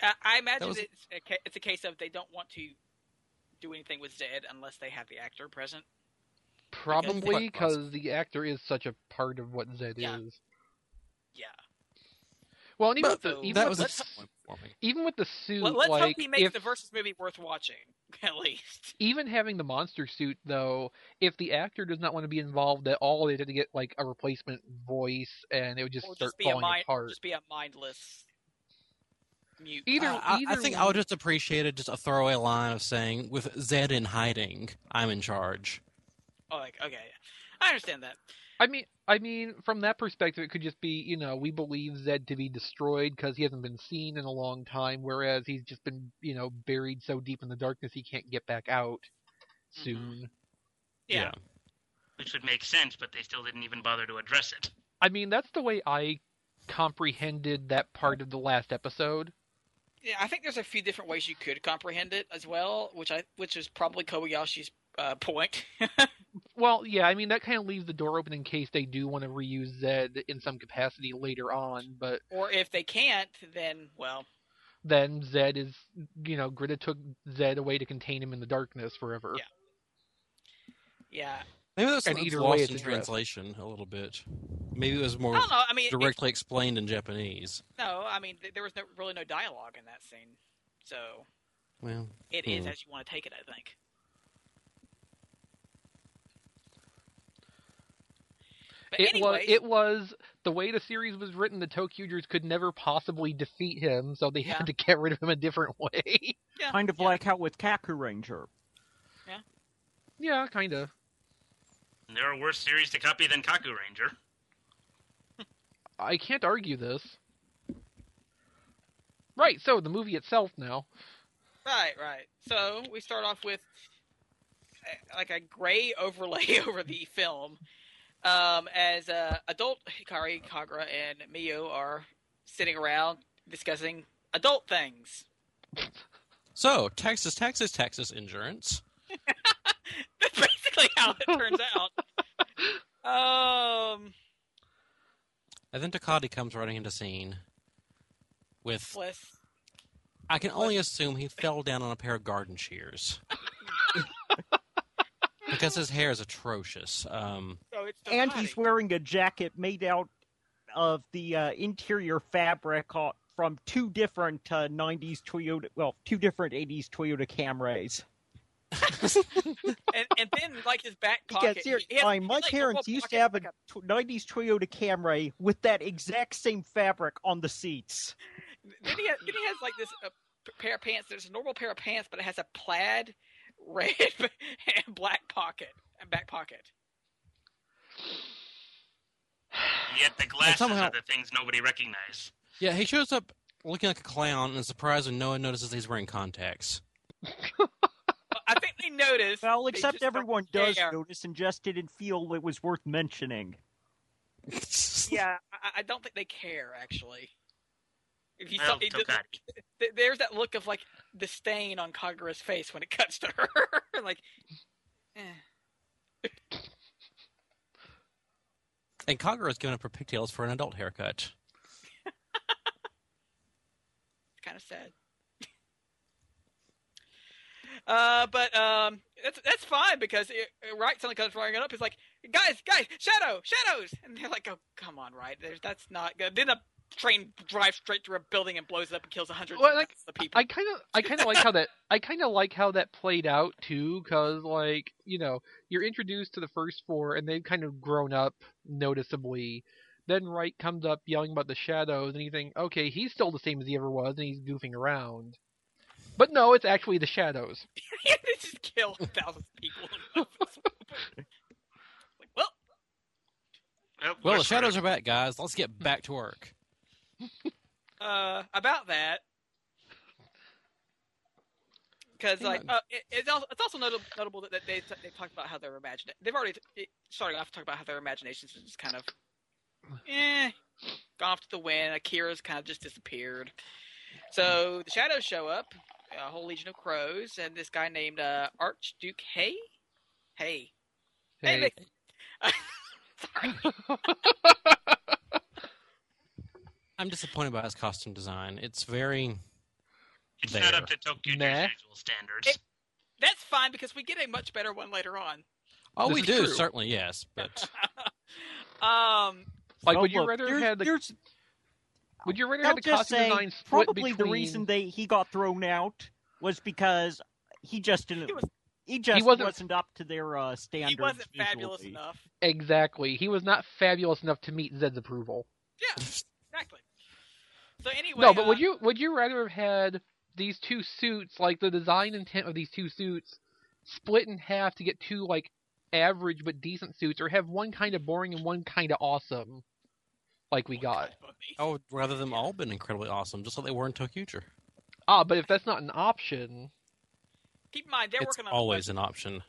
S1: I, I imagine
S5: was-
S1: it's, a ca- it's a case of they don't want to do anything with Zed unless they have the actor present.
S2: Probably
S5: Quite possible.
S2: because the actor is such a part of what Zed
S1: Yeah.
S2: is.
S1: Yeah.
S2: Well, and even with
S5: But
S2: the even
S5: that
S2: with
S5: was
S2: the
S5: a
S2: s-
S5: tough one for me.
S2: even with the suit,
S1: Let, let's hope
S2: like
S1: he makes
S2: if
S1: the versus movie worth watching, at least.
S2: even having the monster suit though, if the actor does not want to be involved at all, they did to get like a replacement voice, and it would just
S1: Or
S2: start
S1: just be a
S2: falling
S1: mind,
S2: apart.
S1: just be a mindless mute. uh,
S2: Either,
S5: I- I, I
S2: either
S5: think I would just appreciate it, just a throwaway line of saying, with Zed in hiding, I'm in charge.
S1: Oh, like okay, I understand that.
S2: I mean, I mean, from that perspective, it could just be you know we believe Zed to be destroyed because he hasn't been seen in a long time, whereas he's just been you know buried so deep in the darkness he can't get back out
S1: Mm-hmm.
S2: soon.
S1: Yeah.
S3: Which would make sense, but they still didn't even bother to address it.
S2: I mean, that's the way I comprehended that part of the last episode.
S1: Yeah, I think there's a few different ways you could comprehend it as well, which I which is probably Kobayashi's uh, point.
S2: Well, yeah, I mean that kind of leaves the door open in case they do want to reuse Zed in some capacity later on, but
S1: or if they can't, then well,
S2: then Zed is, you know, Greta took Zed away to contain him in the darkness forever.
S1: Yeah. yeah.
S5: Maybe there's
S2: And
S5: something
S2: either
S5: lost
S2: way, it's
S5: in
S2: addressed.
S5: translation a little bit. Maybe it was more
S1: I don't know. I mean, it-
S5: directly explained in Japanese.
S1: no, I mean th- there was no, really no dialogue in that scene, so
S5: Well,
S1: it is
S5: Hmm.
S1: as you want to take it. I think. But
S2: It
S1: anyway,
S2: was it was the way the series was written, the Tokyugers could never possibly defeat him, so they
S1: Yeah.
S2: had to get rid of him a different way.
S1: yeah,
S4: Kind of
S1: yeah.
S4: like how with Kaku Ranger.
S2: yeah, kinda.
S3: And there are worse series to copy than Kaku Ranger.
S2: I can't argue this. Right, so the movie itself now.
S1: Right, right. So we start off with uh, like a gray overlay over the film, um, as uh, adult Hikari, Kagura, and Miyu are sitting around discussing adult things.
S5: so Texas, Texas, Texas insurance.
S1: That's basically how it turns out. Um,
S5: And then Takati comes running into scene with.
S1: plus,
S5: I can only assume he fell down on a pair of garden shears because his hair is atrocious. Um,
S1: so it's the
S4: and
S1: body.
S4: he's wearing a jacket made out of the uh, interior fabric o- from two different uh, 90s Toyota, well, two different 80s Toyota Camrys.
S1: and, and then like his back pocket.
S4: Because here,
S1: he has-
S4: I,
S1: he's,
S4: my
S1: like,
S4: parents
S1: little
S4: used to
S1: pocket-
S4: have a
S1: like
S4: t- 90s Toyota Camry with that exact same fabric on the seats.
S1: then he has, then he has like this uh, p- pair of pants. There's a normal pair of pants, but it has a plaid, red, and black pocket and back pocket.
S3: And yet the glasses
S5: somehow-
S3: are the things nobody recognizes.
S5: yeah, he shows up looking like a clown and is surprised when no one notices he's wearing contacts.
S1: But I think they noticed.
S4: Well,
S1: They
S4: except
S1: just don't
S4: everyone does
S1: care.
S4: notice and just didn't feel it was worth mentioning.
S1: Yeah, I, I don't think they care actually. If you
S3: Well,
S1: saw, he just-
S3: Tokati.
S1: th- there's that look of like disdain on Kagura's face when it cuts to her, like. Eh.
S5: And Kagura is giving up her pigtails for an adult haircut.
S1: kind of sad. Uh, but um, that's that's fine because it, it- Wright suddenly comes running up. He's like, "Guys, guys, shadow, shadows!" And they're like, "Oh, come on, Wright. There's that's not good." Then a train drives straight through a building and blows it up and kills a hundred
S2: Well, like,
S1: of people.
S2: I kind of, I kind of like how that, I kind of like how that played out too, because like you know, you're introduced to the first four, and they've kind of grown up noticeably. Then Wright comes up yelling about the shadows, and you think, okay, he's still the same as he ever was, and he's goofing around. But no, it's actually the shadows.
S1: they just kill thousands of people. in one like, well,
S5: Well,
S3: we're
S5: the shadows are
S3: screwed.
S5: back, guys. Let's get back to work.
S1: uh, about that. because
S5: Hang
S1: like
S5: on.
S1: uh, it, it's also it's also notable, notable that, that they they talked about how their imagine they've already it started off talking about how their imaginations is just kind of eh gone off to the wind. Akira's kind of just disappeared. So the shadows show up, a whole legion of crows, and this guy named uh, Archduke Hay. Hay. Hey.
S2: Hey.
S1: Sorry.
S5: I'm disappointed by his costume design. It's very
S3: It's
S5: There.
S3: not up to Tokyo
S2: Nah.
S3: Juice usual standards.
S1: That's fine because we get a much better one later on.
S5: oh,
S2: This
S5: we
S2: is
S5: do
S2: true.
S5: certainly yes, but
S1: Um,
S2: Like,
S4: Oh,
S2: would you
S4: look,
S2: rather
S4: there's-
S2: had the
S4: there's-
S2: would you rather
S4: I'll
S2: had the
S4: just
S2: costume
S4: say
S2: design split
S4: probably
S2: between
S4: the reason they he got thrown out was because he just didn't.
S1: He
S4: He,
S1: was-
S4: just
S2: wasn't-
S4: wasn't, up to their uh, standards.
S1: he wasn't fabulous
S4: usually.
S1: enough.
S2: exactly he was not fabulous enough to meet Zed's approval.
S1: Yeah, exactly. So anyway,
S2: no, but
S1: uh,
S2: would you would you rather have had these two suits like the design intent of these two suits split in half to get two like average but decent suits, or have one kind of boring and one kind of awesome, like we got?
S5: I would Oh, rather them all been incredibly awesome, just like they were in Tokyo.
S2: Ah, but if that's not an option,
S1: Keep in mind they're
S5: It's
S1: working on
S5: always
S1: A budget.
S5: an option.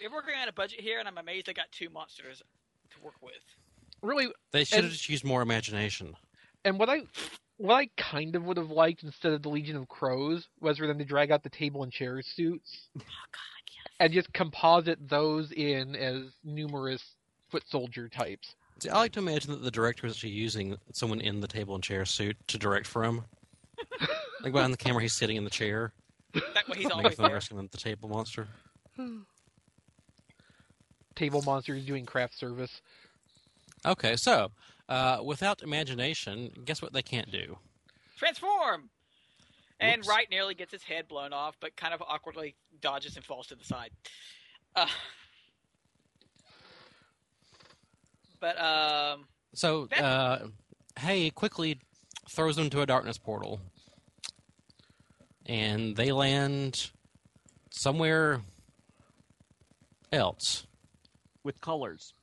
S1: They're working on a budget here, and I'm amazed they got two monsters to work with.
S2: really,
S5: They should
S2: And-
S5: have just used more imagination.
S2: and what I what I kind of would have liked instead of the Legion of Crows was for them to drag out the table and chair suits
S1: Oh God, yes.
S2: and just composite those in as numerous foot soldier types.
S5: See, I like to imagine that the director was actually using someone in the table and chair suit to direct from. like behind the camera, he's sitting in the chair,
S1: That way he's
S5: making
S1: always
S5: them
S1: there.
S5: wrestling with the table monster.
S2: Table monsters doing craft service.
S5: Okay, so uh, without imagination, guess what they can't do?
S1: Transform. And
S5: Whoops.
S1: Wright nearly gets his head blown off, but kind of awkwardly dodges and falls to the side. Uh, but um,
S5: So,
S1: That-
S5: uh, hey, quickly throws them to a darkness portal, and they land somewhere else.
S4: with colors.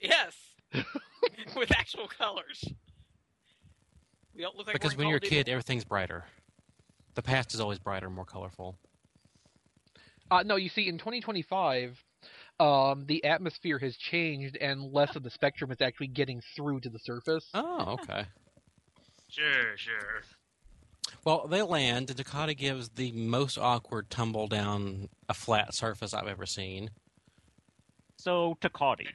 S1: yes, with actual colors. We don't look like
S5: Because
S1: we're in
S5: when you're a
S1: Call of Duty.
S5: kid, everything's brighter. The past is always brighter, more colorful.
S2: Uh, no, you see, in 2025, um, the atmosphere has changed and less of the spectrum is actually getting through to the surface.
S5: Oh, okay.
S3: Sure, sure.
S5: Well, they land, and Dakota gives the most awkward tumble down a flat surface I've ever seen.
S4: So Takati.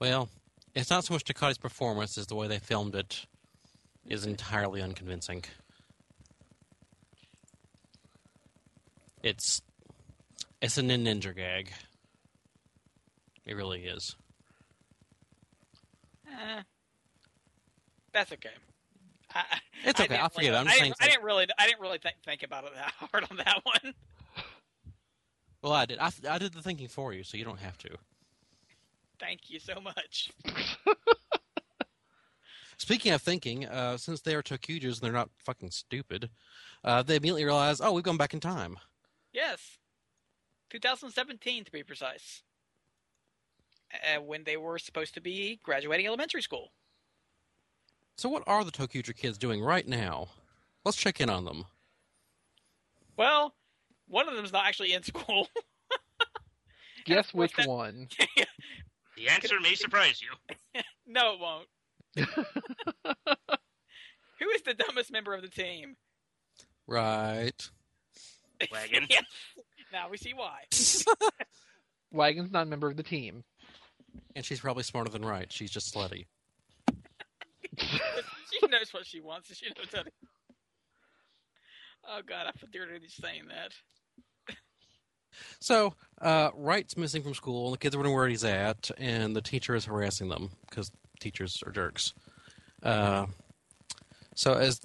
S5: Well, it's not so much Dakota's performance as the way they filmed it is entirely unconvincing. It's it's a nin- ninja gag. It really is.
S1: Eh, that's okay. I,
S5: It's
S1: I
S5: okay,
S1: didn't
S5: I'll forgive it.
S1: really-
S5: I'm
S1: I didn't-
S5: just saying
S1: I
S5: so-
S1: didn't really. I didn't really think, think about it that hard on that one.
S5: Well, I did. I, I did the thinking for you, so you don't have to.
S1: Thank you so much.
S5: Speaking of thinking, uh, since they are Tokujis and they're not fucking stupid, uh, they immediately realize, oh, we've gone back in time.
S1: Yes, 2017 to be precise, uh, when they were supposed to be graduating elementary school.
S5: So what are the Tokuja kids doing right now? Let's check in on them.
S1: Well, one of them's not actually in school.
S2: Guess
S1: of course
S2: which
S1: that-
S2: one?
S3: The answer may surprise you.
S1: no, it won't. Who is the dumbest member of the team?
S5: Right.
S3: Wagon.
S1: yes. Now we see why.
S2: Wagon's not a member of the team.
S5: And she's probably smarter than right. She's just slutty.
S1: she knows what she wants, and she knows how to. Oh God, I feel dirty just saying that.
S5: So, uh, Wright's missing from school, and the kids are wondering where he's at, and the teacher is harassing them because teachers are jerks. Uh, so, as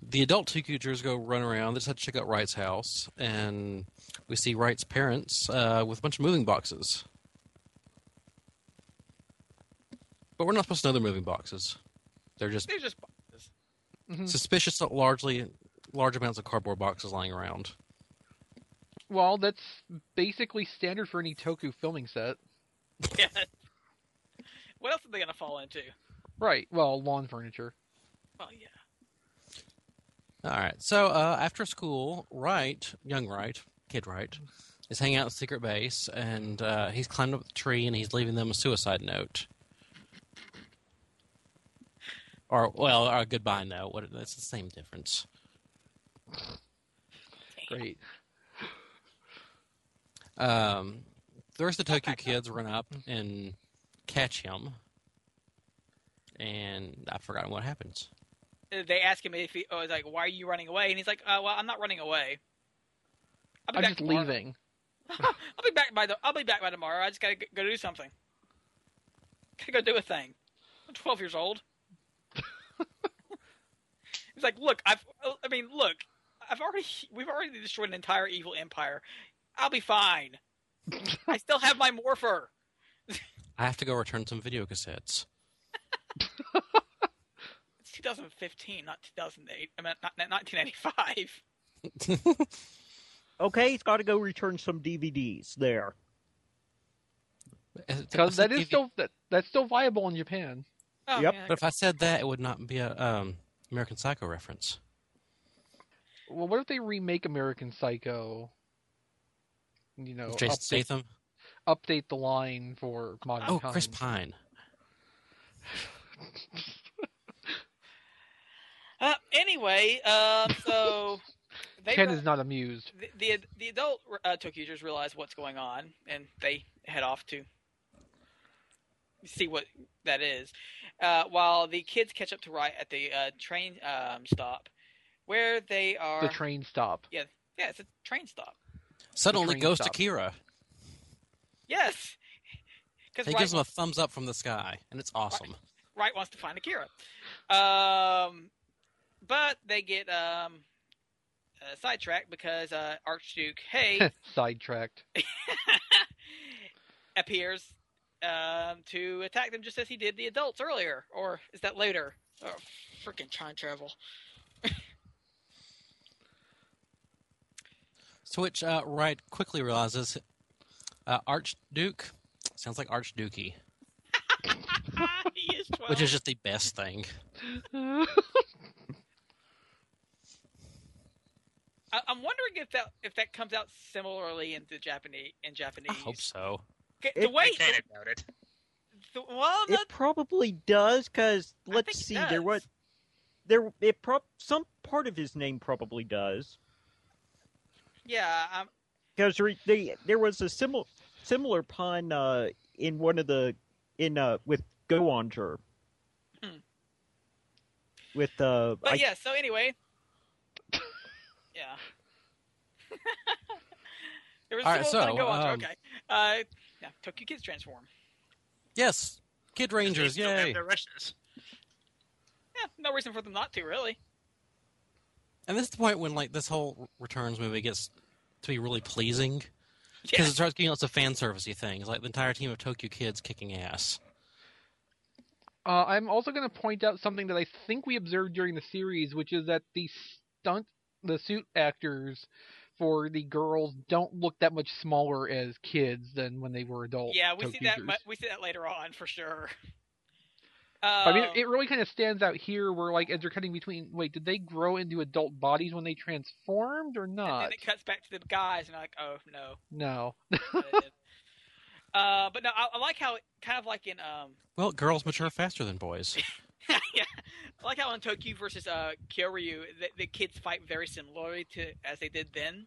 S5: the adult two teachers go run around, they decide to check out Wright's house, and we see Wright's parents uh, with a bunch of moving boxes. But we're not supposed to know they're moving boxes. They're just
S1: They're just boxes.
S5: suspicious, largely large amounts of cardboard boxes lying around.
S2: Well, that's basically standard for any Toku filming set.
S1: Yeah. What else are they gonna fall into?
S2: Right, well, lawn furniture.
S1: Well, yeah.
S5: All right. So uh, after school, Wright, young Wright, kid Wright, is hanging out at secret base, and uh, he's climbed up the tree, and he's leaving them a suicide note, or well, or a goodbye note. What? That's the same difference.
S2: Great.
S5: Um, the rest of the Tokyo kids run up and catch him, and I've forgotten what happens.
S1: Uh, They ask him if he oh, he's like, "Why are you running away?" And he's like, uh, "Well, I'm not running away. I'll be
S2: I'm
S1: back
S2: just
S1: tomorrow.
S2: leaving.
S1: I'll be back by the. I'll be back by tomorrow. I just gotta g- go do something. Gotta go do a thing. I'm 12 years old. He's like, look, I've. I mean, look, I've already. We've already destroyed an entire evil empire. I'll be fine. I still have my morpher.
S5: I have to go return some video cassettes.
S1: It's 2015, not 2008. I mean, not, not 1985.
S4: Okay, he's got to go return some DVDs there.
S2: Because that is still that, that's still viable in Japan.
S1: Oh,
S4: Yep.
S1: yeah.
S5: But if I said that, it would not be a um, American Psycho reference.
S2: Well, what if they remake American Psycho? You know,
S5: Jason
S2: update,
S5: Statham.
S2: update the line for modern
S5: Oh,
S2: times.
S5: Chris Pine.
S1: Uh, anyway, um, so they
S2: Ken
S1: re-
S2: is not amused.
S1: the, the the adult uh, Tokyo users realize what's going on, and they head off to see what that is. Uh, while the kids catch up to Riot at the uh, train um, stop, where they are.
S2: The train stop.
S1: yeah, it's a train stop.
S5: Suddenly
S2: train
S5: goes
S2: stop.
S5: to Kira.
S1: Yes, because
S5: He
S1: Riot,
S5: gives him a thumbs up from the sky, and it's awesome.
S1: Riot wants to find Akira. Um, but they get um, uh, sidetracked because uh, Archduke Hay
S2: Sidetracked.
S1: appears um, to attack them just as he did the adults earlier. Or is that later? Oh, freaking time travel.
S5: To which uh, Wright quickly realizes uh, Archduke sounds like Archdukey,
S1: Ah, he is 12.
S5: which is just the best thing.
S2: Uh,
S1: I- I'm wondering if that if that comes out similarly into Japanese in Japanese.
S5: I hope so.
S1: Okay, The way,
S3: I kind of doubt it.
S1: the, well,
S4: It
S1: not,
S4: probably does, because
S1: I
S4: let's
S1: think it
S4: see, there
S1: does.
S4: was there it prob some part of his name probably does,
S1: yeah, um,
S4: because they there was a similar similar pun uh, in one of the in uh with Goanger.
S1: Hmm.
S4: With uh,
S1: but
S4: I-
S1: yeah. So anyway, yeah. there was
S5: All right,
S1: similar
S5: so,
S1: go on.
S5: um,
S1: okay, uh, yeah, Tokyo Kids transform.
S5: Yes, Kid Rangers,
S3: They still have
S5: yay!
S3: their rushes.
S1: Yeah, no reason for them not to really.
S5: And this is the point when like this whole Returns movie gets to be really pleasing because
S1: Yeah.
S5: it starts getting lots of fan servicey things, like the entire team of Tokyo Kids kicking ass.
S2: Uh, I'm also going to point out something that I think we observed during the series, which is that the stunt, the suit actors for the girls don't look that much smaller as kids than when they were adults.
S1: Yeah, we see that. mu- We see that later on for sure. Uh,
S2: I mean, it really kind of stands out here, where like as they're cutting between. Wait, did they grow into adult bodies when they transformed or
S1: and
S2: not?
S1: then it cuts back to the guys, and I'm like, oh no.
S2: No.
S1: uh, but no, I, I like how it, kind of like in um,
S5: Well, girls mature faster than boys.
S1: yeah, I like how in Tokyo versus uh Kyoryu, the, the kids fight very similarly to as they did then.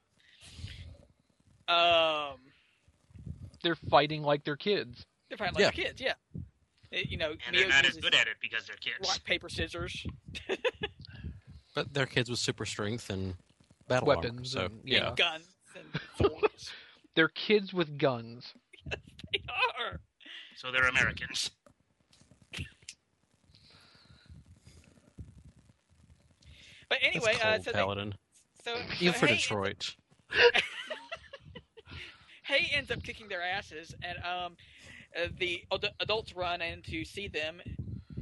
S1: Um,
S2: They're fighting like they're kids.
S1: they're fighting like
S5: Yeah.
S1: they're kids, yeah. It- you know,
S3: And they're
S1: Neo
S3: not as
S1: uses
S3: good at it because they're kids.
S1: rock paper scissors.
S5: But they're kids with super strength and battle
S2: Weapons
S5: armor, so
S2: and-
S5: yeah.
S2: yeah.
S1: guns and swords.
S2: They're kids with guns.
S1: they are.
S3: So they're Americans.
S1: But
S5: That's
S1: anyway, uh,
S5: cold,
S1: so, they,
S5: Paladin.
S1: so
S5: Even
S1: so
S5: for
S1: hey,
S5: Detroit.
S1: Hay ends up kicking their asses, and um, uh, the ad- adults run in to see them.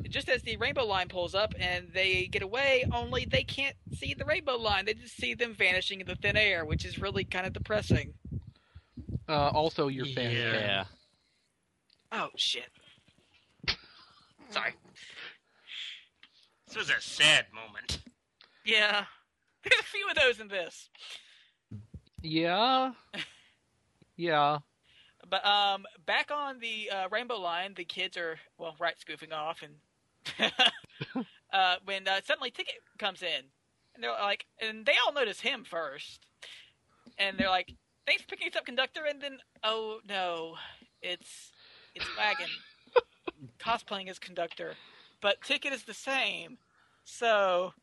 S1: Just as the rainbow line pulls up, and they get away, only they can't see the rainbow line. They just see them vanishing in the thin air, which is really kind of depressing.
S2: Uh, also, your fan.
S5: Yeah.
S1: Oh shit! Sorry.
S3: This was a sad moment.
S1: Yeah. There's a few of those in this.
S2: Yeah. Yeah.
S1: But um, back on the uh, rainbow line, the kids are well, right, goofing off, and uh, when uh, suddenly Ticket comes in, and they're like, and they all notice him first, and they're like, "Thanks for picking us up, conductor." And then, oh no, it's it's wagon cosplaying as conductor, but Ticket is the same, so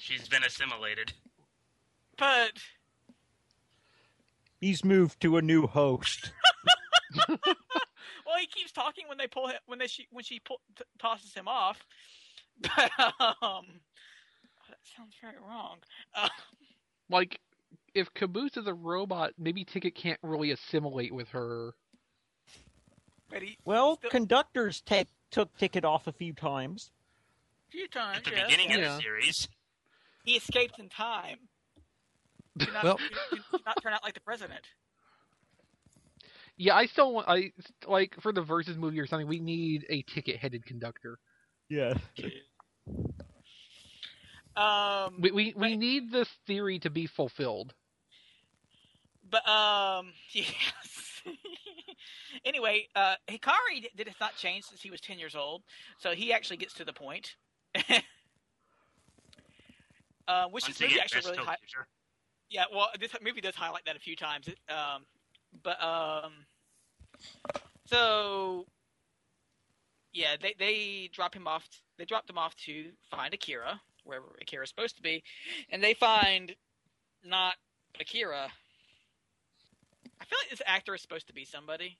S3: She's been assimilated.
S1: but.
S4: He's moved to a new host.
S1: Well, he keeps talking when they pull him, when they she when she pull, t- tosses him off. But um, oh, that sounds very wrong. Uh,
S2: Like, if Caboose is a robot, maybe Ticket can't really assimilate with her.
S1: but he
S4: Well,
S1: Still-
S4: conductors take took ticket off a few times.
S1: a few times
S3: At the
S1: yes.
S3: beginning of
S2: Yeah.
S3: the series,
S1: he escaped in time. Do not,
S5: Well-
S1: do, do not turn out like the president.
S2: Yeah, I still want. I like for the versus movie or something. We need a ticket-headed conductor.
S4: Yeah.
S1: Um,
S2: We we, we
S1: Right.
S2: need this theory to be fulfilled.
S1: But um, yes. anyway, uh, Hikari did has not change since he was ten years old, so he actually gets to the point. uh, which
S3: once
S1: is
S3: again,
S1: movie actually
S3: best
S1: really hi-
S3: television.
S1: yeah. Well, this movie does highlight that a few times. It, um, but um, so yeah, they they drop him off. They dropped him off to find Akira wherever Akira's supposed to be, and they find not Akira. I feel like this actor is supposed to be somebody.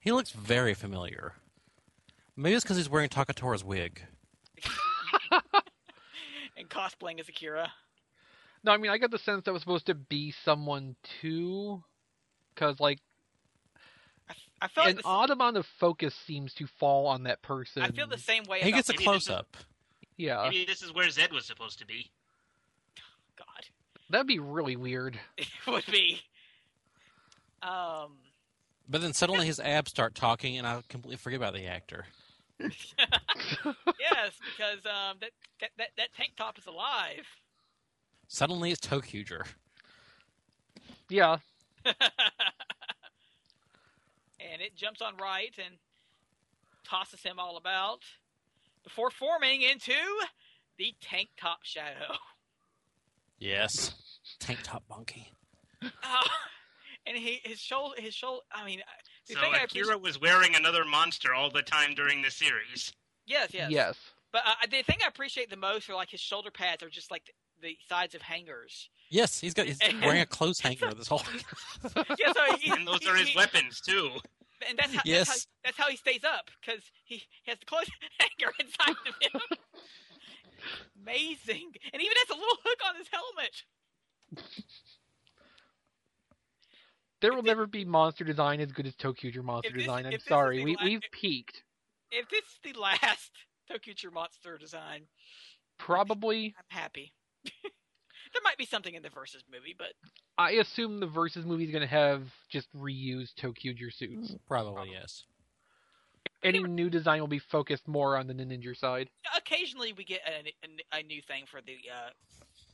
S5: He looks very familiar. Maybe it's because he's wearing Takatora's wig.
S1: and cosplaying as Akira.
S2: No, I mean I got the sense that was supposed to be someone too, because like
S1: I, f- I felt
S2: an
S1: this,
S2: odd amount of focus seems to fall on that person.
S1: I feel the same way.
S5: He
S1: about
S5: gets a
S1: the-
S3: maybe this is-
S5: close up.
S2: Yeah,
S3: Maybe this is where Zed was supposed to be.
S1: God.
S2: that'd be really weird.
S1: It would be. Um.
S5: But then suddenly his abs start talking, and I completely forget about the actor.
S1: yes, because um, that, that that that tank top is alive.
S5: Suddenly it's Tokuger.
S2: Yeah,
S1: and it jumps on right and tosses him all about before forming into the tank top shadow.
S5: Yes. Tank top monkey.
S1: Ah, and he his shoulder his shoulder. I mean, uh, I- the
S3: So
S1: thing I
S3: Akira
S1: appreciate-
S3: was wearing another monster all the time during the series.
S1: yes, yes,
S2: yes.
S1: But uh, the thing I appreciate the most are like his shoulder pads are just like the, the sides of hangers.
S5: Yes, he's got he's wearing a clothes hanger this whole
S1: Yeah, so he,
S3: And those
S1: he-
S3: are his
S1: he-
S3: weapons too.
S1: And that's how,
S5: Yes.
S1: that's, how, that's how he stays up because he, he has the clothes hanger inside of him. Amazing, and even has a little hook on his helmet.
S2: There will never be monster design as good as Tokuger monster
S1: this-
S2: design. I'm
S1: if this is
S2: sorry,
S1: the
S2: we
S1: la-
S2: we've peaked.
S1: If this is the last Tokucher monster design,
S2: Probably,
S1: I'm happy. there might be something in the versus movie, but
S2: I assume the versus movie is going to have just reused Tokuger
S5: Mm.
S2: suits.
S5: Probably, yes.
S2: Any new design will be focused more on the ninja side.
S1: occasionally we get a, a, a new thing for the uh,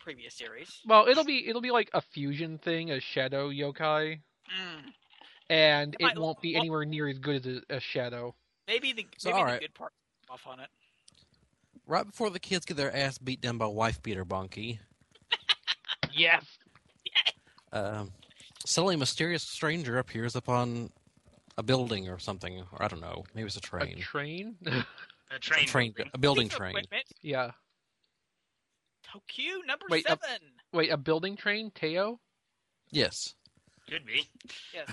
S1: previous series.
S2: Well, it'll be it'll be like a fusion thing, a shadow yokai,
S1: Mm.
S2: and
S1: Might-
S2: it won't be
S1: well-
S2: anywhere near as good as a, a shadow.
S1: Maybe the
S5: So,
S1: maybe the
S5: alright.
S1: good part off on it.
S5: Right before the kids get their ass beat down by wife beater monkey,
S2: Yes.
S5: um, suddenly a mysterious stranger appears upon a building or something, or I don't know, maybe it's a
S2: A
S5: train.
S2: train?
S3: A train.
S5: train
S3: building.
S5: a building
S1: Piece of
S5: train.
S1: equipment.
S2: yeah.
S1: Tokyo number
S2: Wait,
S5: uh,
S1: seven.
S2: up- Wait, a building train? Teo?
S5: Yes.
S3: Could be.
S1: Yes.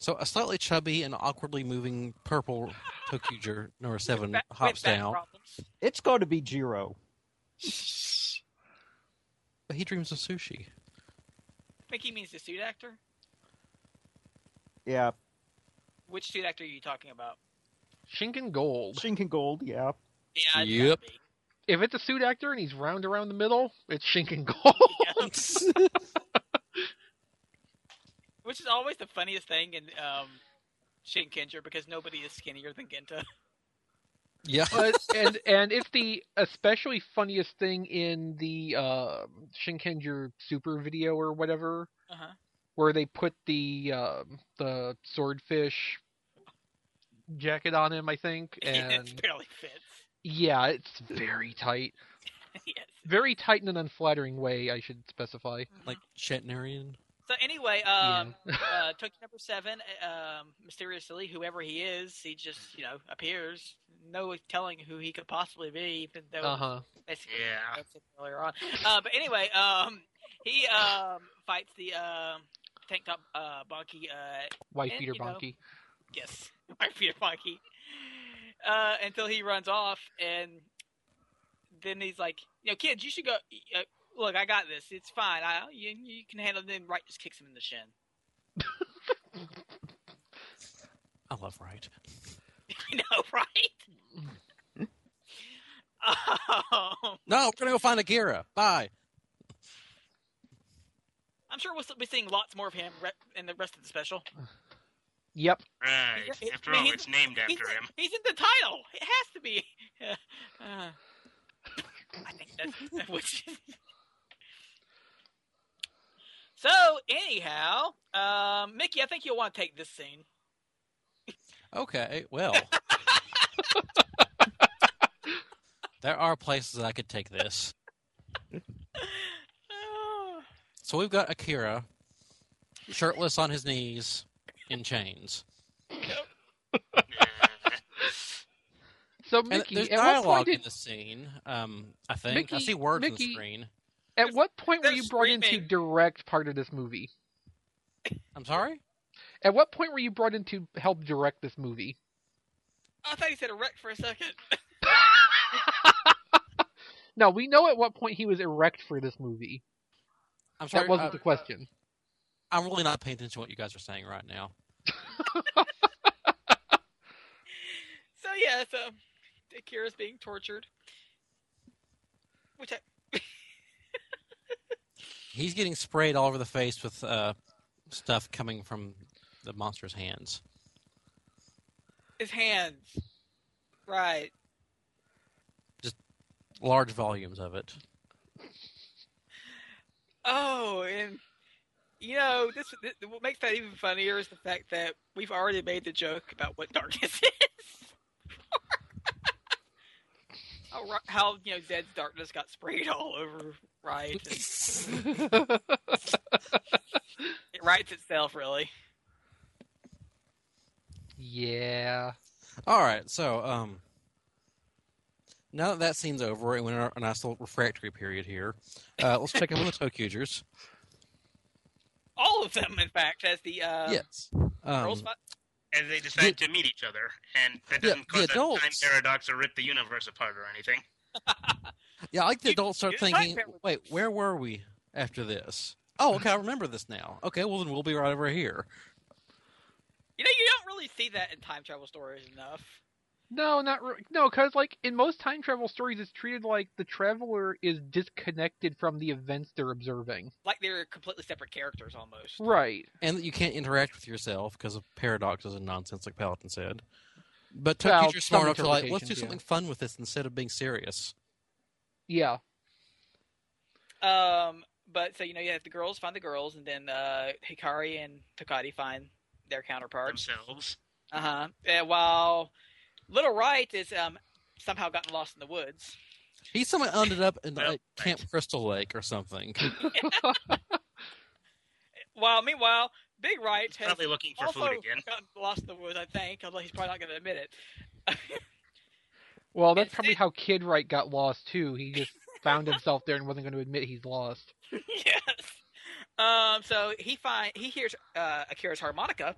S5: So a slightly chubby and awkwardly moving purple Tokuger number seven
S1: Ba-
S5: hops
S1: with back
S5: down.
S1: problems.
S4: It's got to be Jiro.
S5: But he dreams of sushi.
S1: I think he means the suit actor.
S4: Yeah.
S1: Which suit actor are you talking about?
S2: Shinken Gold.
S4: Shinken Gold, yeah.
S1: Yeah. it's
S5: Yep.
S1: gotta be.
S2: If it's a suit actor and he's round around the middle, it's Shinken Gold.
S1: Which is always the funniest thing in um, Shinkenger because nobody is skinnier than Genta.
S5: Yeah.
S2: But, and and it's the especially funniest thing in the uh, Shinkenger Super video or whatever,
S1: Uh-huh.
S2: where they put the um the swordfish jacket on him. I think, and
S1: it barely fits.
S2: yeah, it's very tight,
S1: yes.
S2: very tight in an unflattering way. I should specify.
S5: Like Shatnerian.
S1: So anyway, um, uh, Tokyo number seven, um, mysteriously, whoever he is, he just you know appears. No telling who he could possibly be, even though
S2: Uh
S5: Uh-huh.
S2: huh.
S1: basically
S3: Yeah.
S1: that's it earlier on. Uh, but anyway, um, he um, fights the um tank top uh, monkey. Uh,
S2: Why
S1: And,
S2: Peter
S1: you know,
S2: Bonky?
S1: yes, my fear monkey. Uh, until he runs off, and then he's like, "You know, kids, you should go. Uh, look, I got this. It's fine. I you, you can handle." Then Wright just kicks him in the shin.
S5: I love Wright.
S1: I know, right? um,
S5: No, we're gonna go find Akira. Bye.
S1: I'm sure we'll s- be seeing lots more of him re- in the rest of the special.
S2: Yep.
S3: Right.
S1: He's-
S3: After
S1: I mean,
S3: all,
S1: he's-
S3: it's named
S1: He's,
S3: after him.
S1: he's in the title. It has to be. Uh, I think that's which. so anyhow, um, Mickey, I think you'll want to take this scene.
S5: Okay, well. there are places that I could take this.
S1: Oh,
S5: So we've got Akira, shirtless on his knees, in chains.
S2: So
S5: And
S2: Mickey,
S5: there's
S2: at what point
S5: dialogue
S2: did
S5: in the scene, um, I think. I
S2: Mickey-
S5: see words on the
S2: Mickey-
S5: screen.
S2: At what point were
S1: they're
S2: you brought into
S1: screaming.
S2: direct part of this movie?
S5: I'm sorry?
S2: At what point were you brought in to help direct this movie?
S1: I thought he said erect for a second.
S2: No, we know at what point he was erect for this movie.
S5: I'm sorry.
S2: That wasn't
S5: uh,
S2: the question.
S5: I'm really not paying attention to what you guys are saying right now.
S1: So yeah, so Akira's being tortured, which I,
S5: He's getting sprayed all over the face with uh, stuff coming from the monster's hands.
S1: his hands, right?
S5: Large volumes of it.
S1: Oh, and you know, this, this what makes that even funnier is the fact that we've already made the joke about what darkness is. how, Ro- how you know Zed's darkness got sprayed all over Riot. and- it writes itself, really.
S2: Yeah.
S5: All right, so um, now that that scene's over, and we're in our- a nice little refractory period here. Uh, let's check in with the Tokugers.
S1: All of them, in fact, as the uh,
S5: yes.
S1: girl
S5: Um,
S1: spot.
S3: And they decide to meet each other, and that
S5: Yeah,
S3: doesn't
S5: the
S3: cause a time
S5: adults-
S3: paradox or rip the universe apart or anything.
S5: yeah, I like the
S1: you-
S5: adults
S1: you
S5: start
S1: didn't like
S5: thinking,
S1: Parrot-
S5: wait, where were we after this? Oh, okay, I remember this now. Okay, well, then we'll be right over here.
S1: You know, you don't really see that in time travel stories enough.
S2: No, not re- no, because like in most time travel stories, it's treated like the traveler is disconnected from the events they're observing.
S1: Like they're completely separate characters almost.
S2: Right.
S5: And that you can't interact with yourself because of paradoxes and nonsense, like Paladin said. But
S2: Well,
S5: Tokugers are smart
S2: some
S5: enough to like, let's do
S2: interpretations, yeah.
S5: something fun with this instead of being serious.
S2: Yeah.
S1: Um, but so you know, you have the girls find the girls, and then uh, Hikari and Takati find their counterparts.
S3: Themselves.
S1: Uh huh. And while Little Right is um somehow gotten lost in the woods.
S5: He somehow ended up in
S3: Well,
S5: like, Camp Crystal Lake or something.
S1: While meanwhile, Big Right
S3: He's
S1: has
S3: probably looking for
S1: also
S3: food again.
S1: gotten lost in the woods. I think, although he's probably not going to admit it.
S2: Well, that's
S1: It's-
S2: probably how Kid Wright got lost too. He just found himself there and wasn't going to admit he's lost.
S1: yes. Um. So he find he hears uh, Akira's harmonica,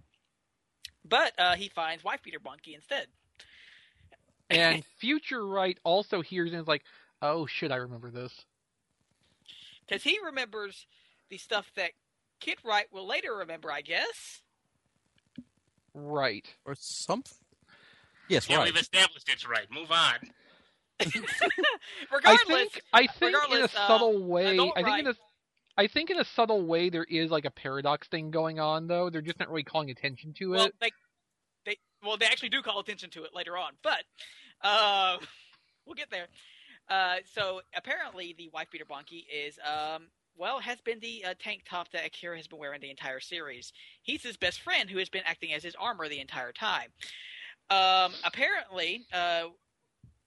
S1: but uh, he finds Wife Beater Bunky instead.
S2: And future Wright also hears and is like, "Oh shit, I remember this."
S1: because he remembers the stuff that Kit Wright will later remember, I guess.
S2: Right.
S5: or something. Yes,
S3: Yeah,
S5: right.
S3: we've established it's right. Move on.
S1: Regardless,
S2: I think I think in a
S1: regardless, uh,
S2: subtle way.
S1: adult
S2: I think in a I think in a subtle way there is like a paradox thing going on though. They're just not really calling attention to
S1: well,
S2: it.
S1: they, they, well, they actually do call attention to it later on, but Um, we'll get there. Uh, so apparently, the wife beater Bonky is um, well has been the uh, tank top that Akira has been wearing the entire series. He's his best friend who has been acting as his armor the entire time. Um, apparently, uh,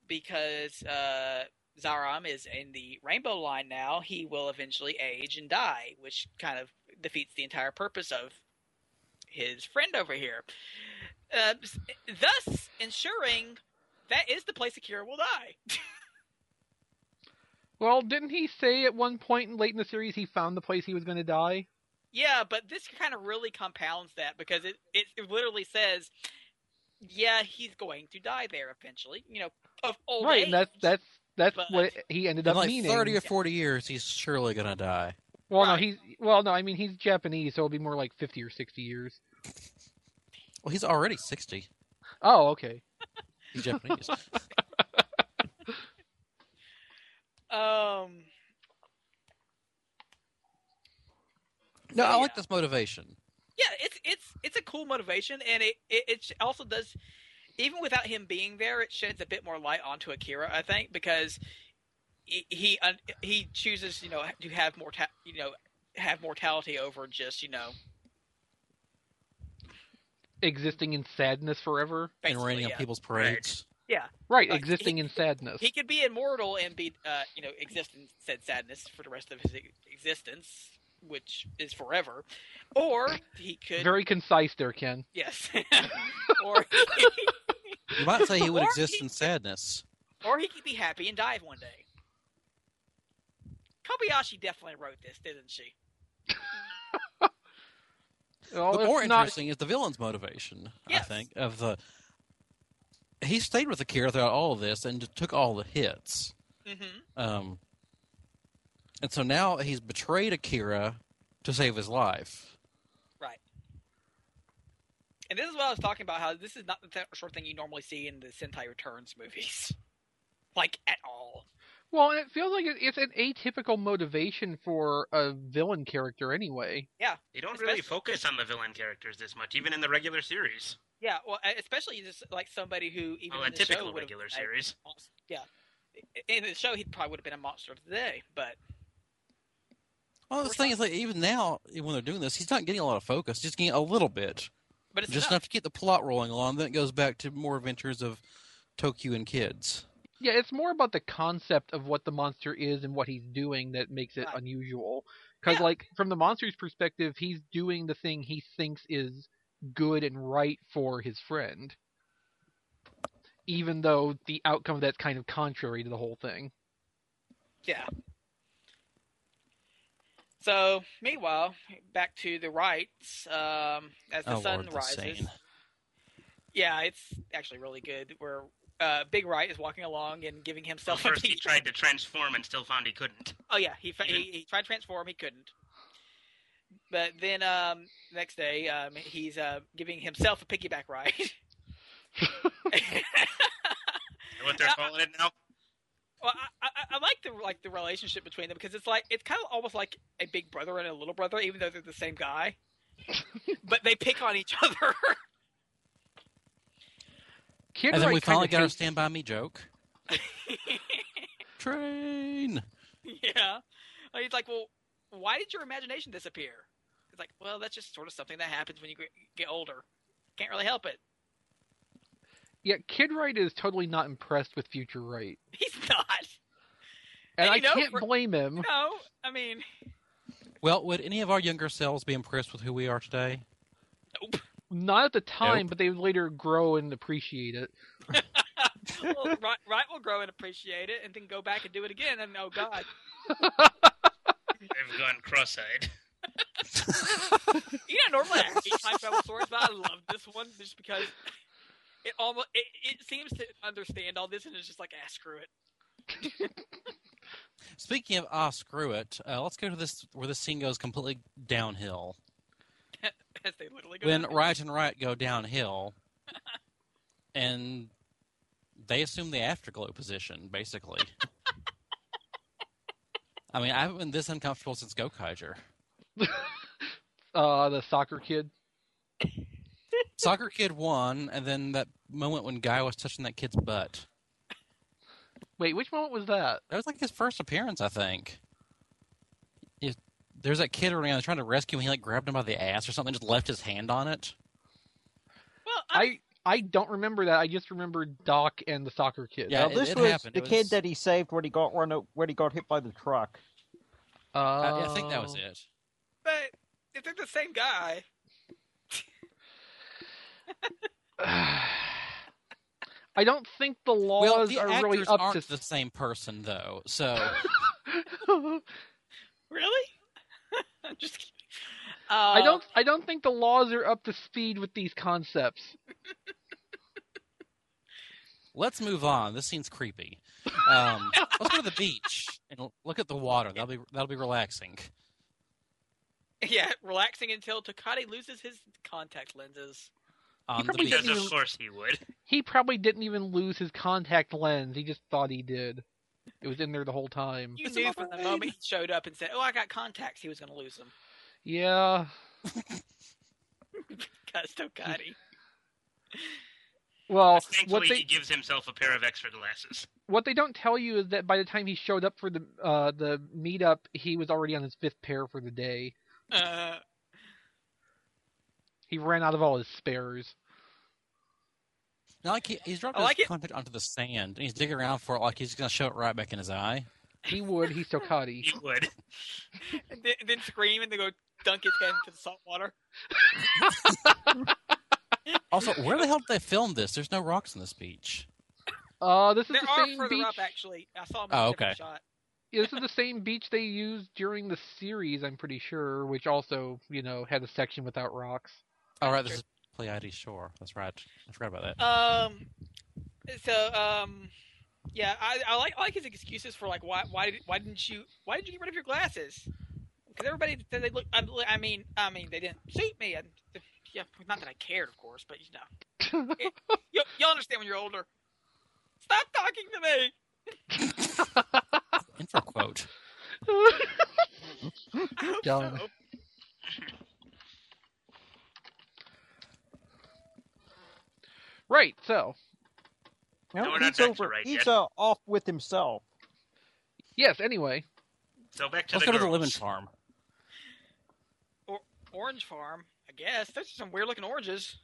S1: because uh, Zaram is in the Rainbow line now, he will eventually age and die, which kind of defeats the entire purpose of his friend over here. Uh, s- thus, ensuring that is the place Akira will die.
S2: Well, didn't he say at one point in late in the series he found the place he was going to die?
S1: Yeah, but this kind of really compounds that because it, it it literally says, yeah, he's going to die there eventually. You know, of old
S2: right,
S1: age.
S2: and that's that's that's
S1: but-
S2: what he ended
S5: In
S2: up
S5: like
S2: meaning.
S5: 30 or 40 years, he's surely going to die.
S2: well, no,
S1: Right.
S2: he's well, no, I mean he's Japanese, so it'll be more like fifty or sixty years.
S5: Well, he's already 60.
S2: Oh, okay.
S5: He's Japanese.
S1: um.
S5: no, I like
S1: Yeah.
S5: this motivation.
S1: yeah, it's it's it's a cool motivation, and it it, it sh- also does, even without him being there, it sheds a bit more light onto Akira, I think, because he he, un- he chooses you know to have more you know have mortality over just you know
S2: Existing in sadness forever.
S5: and
S1: basically,
S5: raining
S1: yeah.
S5: on people's parades.
S2: Right,
S1: Like,
S2: existing in sadness.
S1: He could be immortal and be uh, you know exist in said sadness for the rest of his e- existence, which is forever, or he could
S2: Very concise there, Ken.
S1: yes, or
S5: You might say he would
S1: Or
S5: exist
S1: he-
S5: in sadness.
S1: or he could be happy and die one day. Kobayashi definitely wrote this, didn't she?
S2: Well,
S5: the
S2: it's
S5: more
S2: not-
S5: interesting is the villain's motivation.
S1: Yes.
S5: I think of the he stayed with Akira throughout all of this and took all the hits.
S3: Mm-hmm.
S1: hmm
S5: Um, and so now he's betrayed Akira to save his life.
S1: Right. And this is what I was talking about. How this is not the th- sort of thing you normally see in the Sentai Returns movies, like at all.
S2: Well, and it feels like it- it's an atypical motivation for a villain character, anyway.
S3: They don't really
S1: Especially-
S3: focus on the villain characters this much, even in the regular series.
S1: Yeah, well, e- especially just like somebody who even
S3: Well, Oh, a
S1: in the show
S3: typical
S1: would
S3: regular series.
S1: Yeah, in the show he probably would have been a monster today, but
S5: Well, the
S1: We're
S5: thing is, like even now eh, when they're doing this, he's not getting a lot of focus. He's getting a little bit,
S1: but it's
S5: just
S1: enough.
S5: enough to keep the plot rolling along. Then it goes back to more adventures of Tokyo and kids.
S2: Yeah, it's more about the concept of what the monster is and what he's doing that makes it
S1: Right.
S2: unusual. Because,
S1: Yeah.
S2: like, from the monster's perspective, he's doing the thing he thinks is good and right for his friend, even though the outcome of that's kind of contrary to the whole thing.
S1: Yeah. So meanwhile, back to the rights um, as the
S5: oh
S1: sun
S5: Lord, the
S1: rises.
S5: scene.
S1: Yeah, it's actually really good. Where uh, Big Right is walking along and giving
S3: Well,
S1: himself
S3: first
S1: a
S3: he tried to transform and still found he couldn't.
S1: Oh yeah, he, fa- he he tried to transform, he couldn't. But then um, next day, um, he's uh, giving himself a piggyback ride.
S3: Is that what they're calling it now?
S1: well, I, I, I like the like the relationship between them because it's like it's kind of almost like a big brother and a little brother, even though they're the same guy. but they pick on each other.
S2: Kid
S5: And then
S2: Wright
S5: we
S2: kinda
S5: finally got our
S2: hates-
S5: Stand By Me joke. Train!
S1: yeah, and he's like, well, why did your imagination disappear? It's like, well, that's just sort of something that happens when you gr- get older. Can't really help it.
S2: Yeah, Kid Wright is totally not impressed with Future Wright.
S1: He's not.
S2: And,
S1: And
S2: I
S1: you know,
S2: can't
S1: for-
S2: blame him.
S1: No, I mean,
S5: Well, would any of our younger selves be impressed with who we are today?
S1: nope.
S2: Not at the time, but they would later grow and appreciate it.
S1: well, right, right will grow and appreciate it, and then go back and do it again. And oh god,
S3: They've gone cross-eyed.
S1: you know, normally I hate time travel stories, but I love this one just because it almost it, it seems to understand all this, and it's just like, ah, screw it.
S5: Speaking of ah, screw it, uh, let's go to this where this scene goes completely downhill.
S1: As they literally go.
S5: When
S1: down.
S5: Right and Right go downhill, and they assume the afterglow position, basically. I mean, I haven't been this uncomfortable since Gokaiger.
S2: Uh, the soccer kid.
S5: Soccer Kid won, and then that moment when Guy was touching that kid's butt.
S2: Wait, which moment was that?
S5: That was like his first appearance, I think. If- there's that kid around trying to rescue him. He like grabbed him by the ass or something, just left his hand on it.
S1: Well, I,
S2: I I don't remember that. I just remember Doc and the soccer kid.
S5: Yeah,
S4: Now,
S5: it-
S4: this
S5: it
S4: was
S5: happened.
S4: the
S5: It
S4: kid
S5: was-
S4: that he saved when he got run o- when he got hit by the truck.
S2: Uh,
S5: I, I think that
S2: Oh.
S5: was it.
S1: but if they're the same guy,
S2: I don't think the laws
S5: Well, the
S2: are
S5: actors
S2: really up
S5: aren't
S2: to.
S5: the same person though, so
S1: really? I'm just kidding. Uh,
S2: I don't. I don't think the laws are up to speed with these concepts.
S5: let's move on. This scene's creepy. Um, let's go to the beach and l- look at the water. That'll be that'll be relaxing.
S1: Uh, Yeah, relaxing until Takati loses his contact lenses.
S5: On Um, the
S2: probably
S5: beach.
S2: didn't
S3: Because
S2: even-
S3: of course he would.
S2: He probably didn't even lose his contact lens. He just thought he did. It was in there the whole time.
S1: You
S5: It's
S1: knew
S5: all
S1: from the
S5: right.
S1: moment he showed up and said, "Oh, I got contacts," he was going to lose them.
S2: Yeah.
S1: Cause Takati.
S2: Well, what
S3: Thankfully,
S2: they
S3: he gives himself a pair of extra glasses.
S2: what they don't tell you is that by the time he showed up for the uh, the meetup, he was already on his fifth pair for the day.
S1: Uh,
S2: He ran out of all his spares.
S5: Now, like he, he's dropped
S1: I like
S5: his
S1: it.
S5: contact onto the sand and he's digging around for it like he's gonna shove it right back in his eye.
S2: He would. He's Tokati.
S3: He would.
S1: and then, then scream and then go dunk his head into the salt water.
S5: Also, where the hell did they film this? There's no rocks on this beach.
S2: Uh, this is
S1: There
S2: the
S1: are
S2: same
S1: further
S2: beach.
S1: up, actually. I saw him
S5: Oh,
S1: different
S5: okay.
S1: shot.
S2: this is the same beach they used during the series, I'm pretty sure, which also, you know, had a section without rocks.
S5: All Oh, right, this is Pleiades Shore. That's right. I forgot about that.
S1: Um, so um, yeah, I, I like I like his excuses for like why why did, why didn't you why did you get rid of your glasses? Because everybody said they look. I, I mean, I mean they didn't suit me, and yeah, not that I cared, of course, but you know, It- you you understand when you're older. Stop talking to me.
S5: Intro quote.
S1: I hope
S2: Done.
S1: so.
S2: right, so,
S4: No,
S3: No, we're not
S4: he's
S3: back to
S4: over.
S3: right
S4: he's
S3: yet.
S4: uh, off with himself.
S2: yes, anyway.
S3: So back to
S5: Let's
S3: the
S5: go to the
S3: girls.
S5: lemon farm.
S1: Or, orange farm, I guess. Those are some weird looking oranges,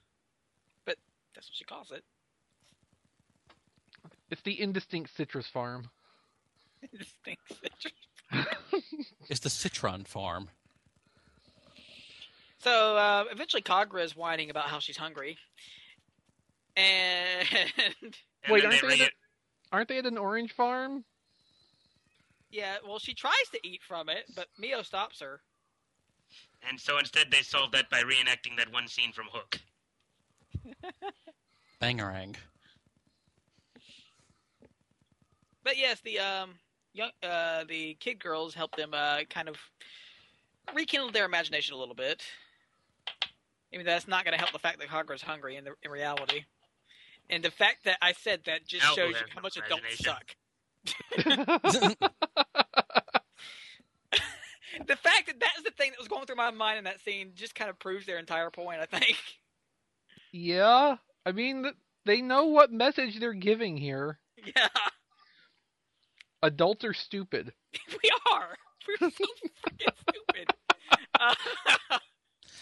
S1: but that's what she calls it.
S2: It's the indistinct citrus farm.
S1: This thing's interesting.
S5: It's the citron farm.
S1: So uh, eventually, Kagra is whining about how she's hungry, and
S3: And
S2: Wait, aren't
S3: then they
S2: they
S3: ring
S2: the-
S3: it.
S2: Aren't they at an orange farm?
S1: yeah, well, she tries to eat from it, but Mio stops her.
S3: And so instead, they solved that by reenacting that one scene from Hook.
S5: Bangarang.
S1: But yes, the um, young uh, the kid girls help them uh, kind of rekindle their imagination a little bit. Even though that's not going to help the fact that Kagra's hungry in the, in reality, and the fact that I said that just
S3: Now
S1: shows
S3: we'll
S1: you
S3: have
S1: how much adults
S3: imagination.
S1: suck.
S5: That's
S1: The fact that that's the thing that was going through my mind in that scene just kind of proves their entire point. I think.
S2: Yeah. I mean, th- they know what message they're giving here.
S1: Yeah,
S2: Adults are stupid.
S1: we are. We're so freaking stupid. Uh,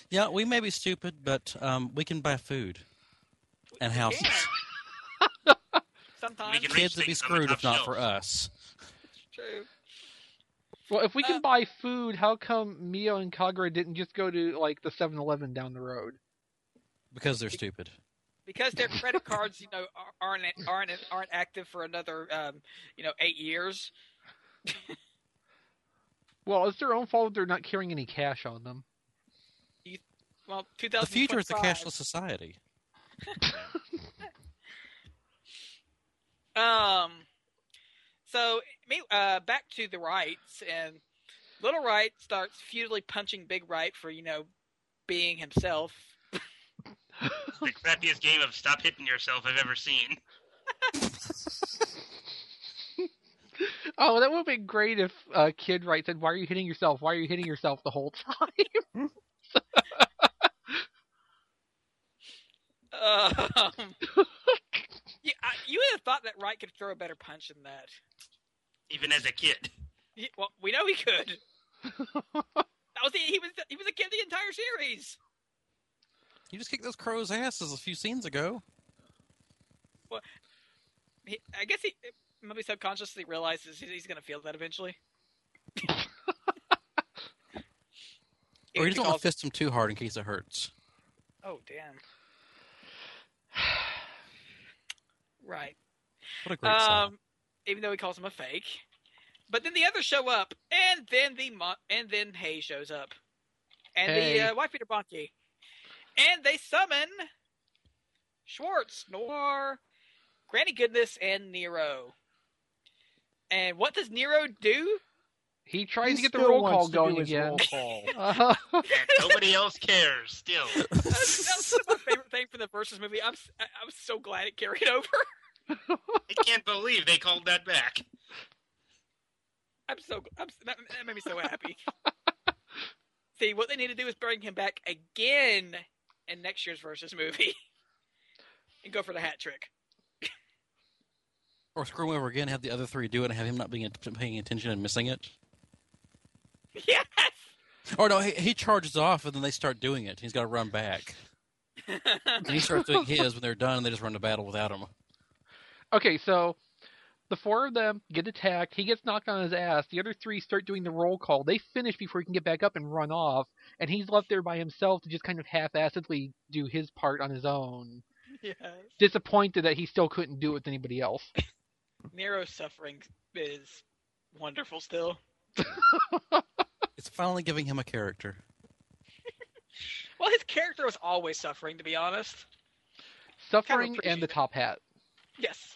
S5: Yeah, we may be stupid, but um, we can buy food and
S1: we
S5: houses.
S1: can. Sometimes
S3: We can-
S5: Kids would be
S3: Things on the
S5: screwed
S3: top
S5: if not
S3: shelf.
S5: for us.
S1: it's true.
S2: Well, if we can
S1: Uh,
S2: buy food, how come Mio and Kagura didn't just go to, like, the 7 Eleven down the road?
S5: Because they're stupid.
S1: Because their credit cards, you know, are- aren't aren't aren't active for another, um, you know, eight years.
S2: Well, it's their own fault that they're not carrying any cash on them.
S1: Well, two
S5: The
S1: thousand.
S5: future is a cashless society.
S1: Um, so me uh, back to the rights and little right starts futilely punching big right for you know being himself.
S3: The crappiest game of stop hitting yourself I've ever seen.
S2: Oh, that would be great if uh, Kid Wright said, "Why are you hitting yourself? Why are you hitting yourself the whole time?"
S1: Um, you, I, you would have thought that Wright could throw a better punch than that.
S3: even as a kid.
S1: He- well, we know he could. that was the, he was he was a kid the entire series.
S5: You just kicked those crows' asses a few scenes ago.
S1: He, I guess he maybe subconsciously realizes he's, he's going to feel that eventually.
S5: Or you
S1: He
S5: just don't want
S1: calls-
S5: to fist them too hard in case it hurts.
S1: Oh damn! right.
S5: What a great song.
S1: Um, even though he calls him a fake, but then the others show up, and then the mo- and then Hay shows up, and
S2: Hey.
S1: the uh, wife Peter Bonnke, and they summon Schwartz, Noir, Granny Goodness, and Nero. And what does Nero do?
S2: He tries
S4: He
S2: to get the
S4: still
S2: roll
S4: wants
S2: call
S4: to do
S2: going
S4: his
S2: again.
S4: roll call.
S2: Uh-huh.
S3: Yeah, nobody else cares. Still,
S1: That's, that's my favorite thing from the versus movie. I'm s- I- I'm so glad it carried over.
S3: I can't believe they called that back.
S1: I'm so gl- I'm, s- that, that made me so happy. See, what they need to do is bring him back again in next year's versus movie, and go for the hat trick.
S5: or screw him over again, have the other three do it, and have him not being paying attention and missing it.
S1: Yes,
S5: Or no, he, he charges off, and then they start doing it. He's got to run back. and he starts doing his when they're done, and they just run to battle without him.
S2: okay, so the four of them get attacked. He gets knocked on his ass. The other three start doing the roll call. They finish before he can get back up and run off, and he's left there by himself to just kind of half-assedly do his part on his own.
S1: yes.
S2: Disappointed that he still couldn't do it with anybody else.
S1: Nero's suffering is wonderful still.
S5: It's finally giving him a character.
S1: Well, his character was always suffering, to be honest.
S2: Suffering
S1: appreciate
S2: and the
S1: it.
S2: top hat.
S1: Yes,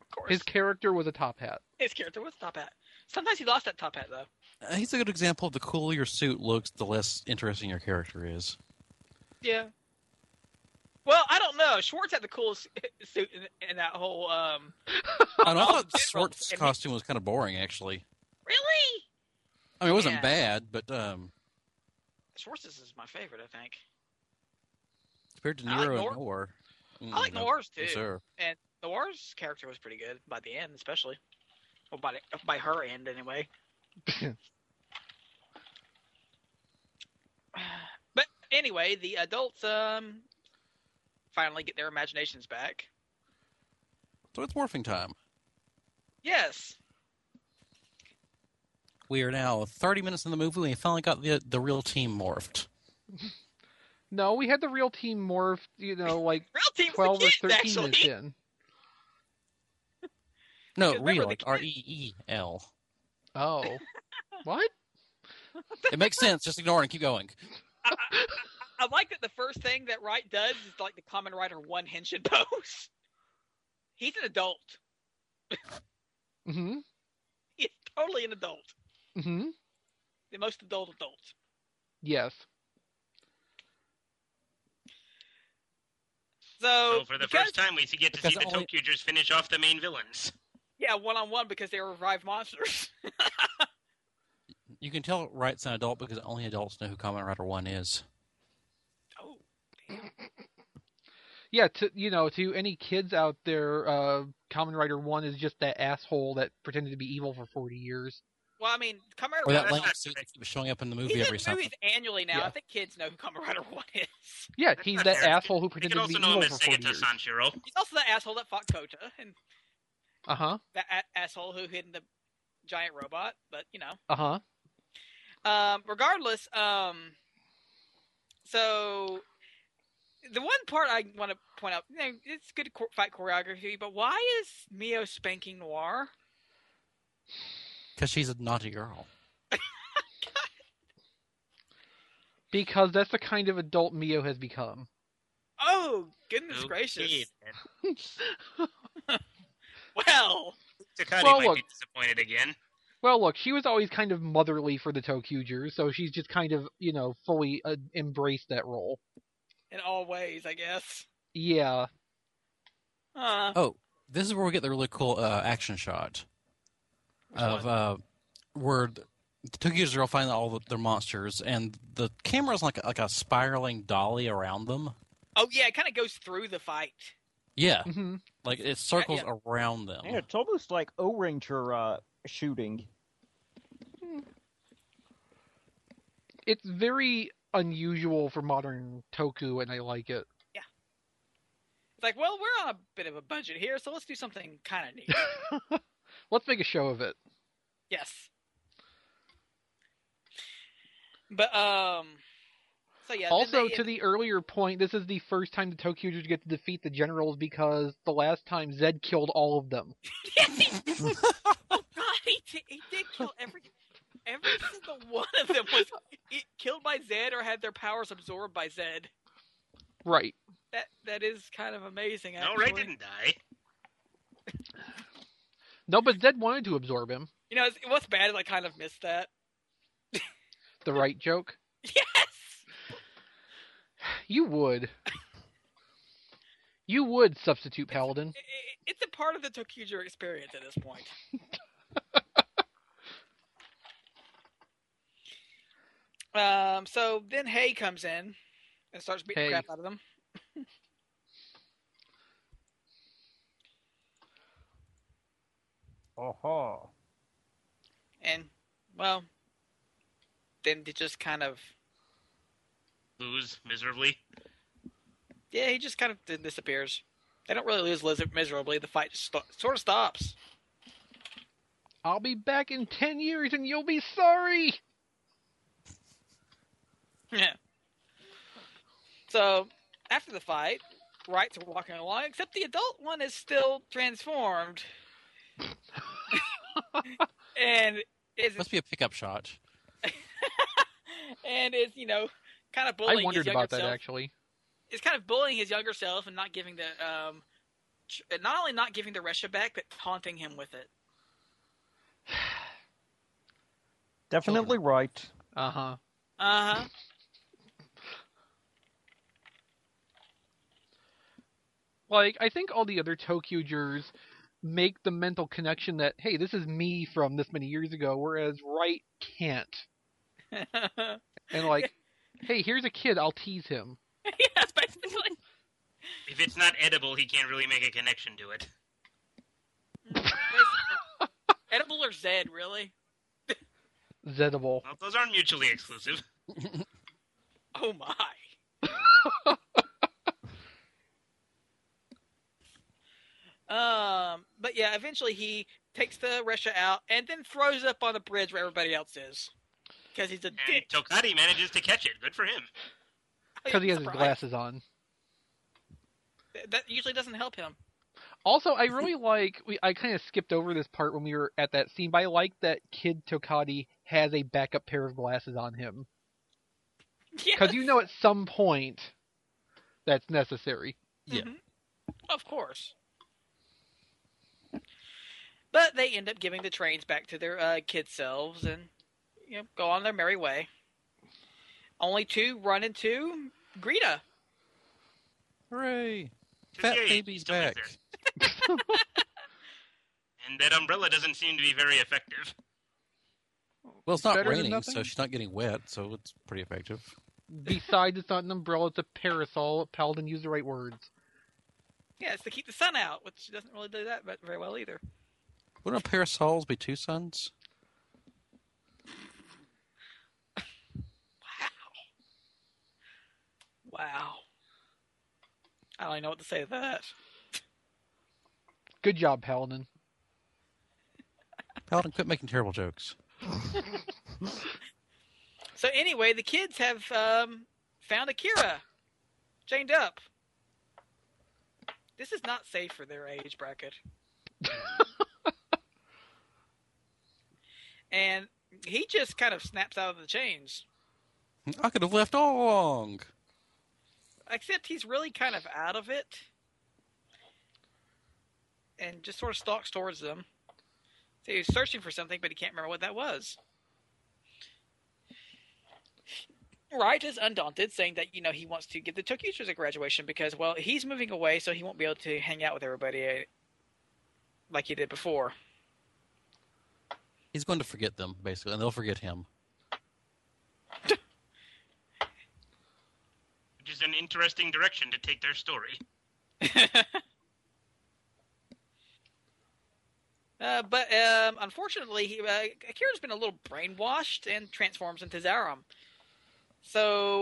S1: of course.
S2: His
S1: His,
S2: character was a top hat.
S1: character was top hat. Sometimes he lost that top hat though.
S5: Uh, he's a good example of the cooler your suit looks, the less interesting your character is.
S1: Yeah. Well, I don't know. Schwartz had the coolest suit in, in that whole. um
S5: And I
S1: Oh,
S5: thought
S1: general.
S5: Swart's
S1: And he-
S5: costume was kind of boring, actually.
S1: Really?
S5: I mean, it wasn't
S1: Yeah.
S5: bad, but um,
S1: Schwartz's is my favorite, I think.
S5: compared to
S1: I like
S5: Nero
S1: Nor-
S5: and Noir.
S1: I like
S5: no,
S1: Noir's
S5: no,
S1: too.
S5: Mm-hmm. sir.
S1: And Noir's character was pretty good by the end, especially. Well, by the, by her end anyway. but anyway, the adults um finally get their imaginations back.
S5: So it's morphing time.
S1: Yes.
S5: We are now 30 minutes in the movie, and we finally got the the real team morphed.
S2: No, we had the real team morph, you know, like
S1: Real team
S2: 12 or 13
S1: actually.
S2: minutes in.
S5: No,
S1: Because
S5: real,
S1: remember
S5: like
S1: the
S5: R E E L.
S2: Oh. what?
S5: It makes sense. Just ignore it and keep going.
S1: I like that the first thing that Wright does is like the common writer one henshin pose. He's an adult.
S2: hmm
S1: He's totally an adult.
S2: hmm
S1: The most adult adult.
S2: Yes.
S1: So,
S3: So for the
S1: because,
S3: first time, we get to
S5: because
S3: see the
S5: only-
S3: Tokugers finish off the main villains.
S1: yeah, one on one because they were revived monsters.
S5: You can tell Wright's an adult because only adults know who Kamen Rider 1 is.
S1: oh,
S2: Yeah, to you know, to any kids out there, uh Common Rider One is just that asshole that pretended to be evil for forty years.
S1: well, I mean, Kamen Rider
S5: Or that
S1: One-
S5: language suit that keeps showing up in the
S1: He's
S5: movie
S1: in
S5: every
S1: movies
S5: something.
S1: annually now.
S2: Yeah.
S1: I think kids know who Kamen Rider One is.
S2: Yeah,
S3: That's
S2: he's
S3: not
S2: that
S3: fair.
S2: asshole who
S3: You
S2: pretended
S3: can
S2: to be
S3: also know him
S2: evil
S3: as
S2: for forty
S3: Segata
S2: years.
S3: Sanshiro.
S1: He's also the asshole that fought Kota and
S2: Uh huh.
S1: that a- asshole who hid in the giant robot. But you know,
S2: Uh huh.
S1: um, regardless, um, so the one part I want to point out, you know, it's good cho- fight choreography, but why is Mio spanking Noir?
S5: Because she's a naughty girl.
S2: Because that's the kind of adult Mio has become.
S1: Oh goodness
S3: Okay,
S1: gracious!
S3: then.
S1: Well,
S3: Takati
S2: Well,
S3: might
S2: look.
S3: be disappointed again.
S2: Well, look, she was always kind of motherly for the Tokugers, so she's just kind of, you know, fully uh, embraced that role.
S1: in all ways, I guess.
S2: Yeah.
S1: Uh,
S5: Oh, this is where we get the really cool uh, action shot
S1: Which
S5: of
S1: one?
S5: uh, where the Tokyo's are all finding all the, their monsters, and the camera's like a, like a spiraling dolly around them.
S1: oh yeah, it kind of goes through the fight.
S5: Yeah,
S2: hmm
S5: Like it circles
S1: yeah.
S5: around them.
S4: Yeah, it's almost like O Ranger uh, shooting.
S2: It's very unusual for modern toku, and I like it.
S1: It's like, well, we're on a bit of a budget here, so let's do something kind of neat.
S2: Let's make a show of it.
S1: yes. But um, so yeah. then
S2: also,
S1: they-
S2: to the earlier point, this is the first time the Tokyojers get to defeat the generals because the last time Zed killed all of them.
S1: Yes, he did. oh God, he, did- he did kill every every single one of them was e- killed by Zed or had their powers absorbed by Zed.
S2: Right.
S1: That that is kind of amazing.
S3: No,
S1: Actually.
S3: Ray didn't die.
S2: No, but Zed wanted to absorb him.
S1: You know, it's, what's bad is I kind of missed that.
S2: The right joke.
S1: Yes.
S2: You would. You would substitute Paladin.
S1: I- I- It's a part of the Tokuger experience at this point. um. So then Hay comes in and starts beating
S2: Hay.
S1: the crap out of them.
S4: Uh-huh.
S1: and well, then they just kind of
S3: Lose miserably.
S1: yeah, he just kind of d- disappears. They don't really lose Lizard miserably. The fight just sto- sort of stops.
S2: I'll be back in ten years, and you'll be sorry.
S1: Yeah. So after the fight, rights are walking along, except the adult one is still transformed, and is
S5: Must be a pickup shot.
S1: and is you know kind of bullying.
S2: I wondered
S1: his younger
S2: about that
S1: self.
S2: actually.
S1: is kind of bullying his younger self and not giving the um, tr- not only not giving the Resha back, but taunting him with it.
S4: Definitely right.
S2: Uh huh.
S1: Uh huh.
S2: Like I think all the other Tokyojers make the mental connection that hey, this is me from this many years ago, whereas Wright can't. And like, hey, here's a kid. I'll tease him.
S1: yeah, basically.
S3: If it's not edible, he can't really make a connection to it.
S1: Basically. Edible or Zed, really?
S2: Zedible.
S3: Well, those aren't mutually exclusive.
S1: Oh my. um, but yeah, eventually he takes the Russia out and then throws up on the bridge where everybody else is because he's a
S3: And
S1: dick.
S3: Tokati manages to catch it. Good for him.
S2: Because he has his
S1: Surprise.
S2: glasses on.
S1: That- That usually doesn't help him.
S2: Also, I really like. We, I kind of skipped over this part when we were at that scene, but I like that Kid Tokati has a backup pair of glasses on him
S1: Yeah,
S2: because you know at some point that's necessary.
S5: Yeah.
S1: Mhm. Of course. But they end up giving the trains back to their uh, kid selves and you know, go on their merry way. Only two run into Greta.
S5: Hooray!
S3: Just
S5: Fat
S3: yay,
S5: baby's
S3: still is
S5: back.
S3: there. And that umbrella doesn't seem to be very effective.
S5: Well, it's not
S2: Better than
S5: raining,
S2: nothing?
S5: so she's not getting wet, so it's pretty effective.
S2: Besides, it's not an umbrella; it's a parasol. Paladin used the right words.
S1: Yeah, it's to keep the sun out, which doesn't really do that but very well either.
S5: Wouldn't a parasols be two suns?
S1: Wow. I don't even know what to say to that.
S2: Good job, Paladin.
S5: Paladin, quit making terrible jokes.
S1: So anyway, the kids have um, found Akira, chained up. This is not safe for their age bracket. and he just kind of snaps out of the chains.
S5: I could have left all along.
S1: Except he's really kind of out of it, and just sort of stalks towards them. So he's searching for something, but he can't remember what that was. Wright is undaunted, saying that you know he wants to give the Tokyuchers a graduation because well he's moving away, so he won't be able to hang out with everybody uh, like he did before.
S5: He's going to forget them, basically, and they'll forget him.
S3: Which is an interesting direction to take their story.
S1: Uh, but um, unfortunately, he, uh, Akira's been a little brainwashed and transforms into Zarum. So,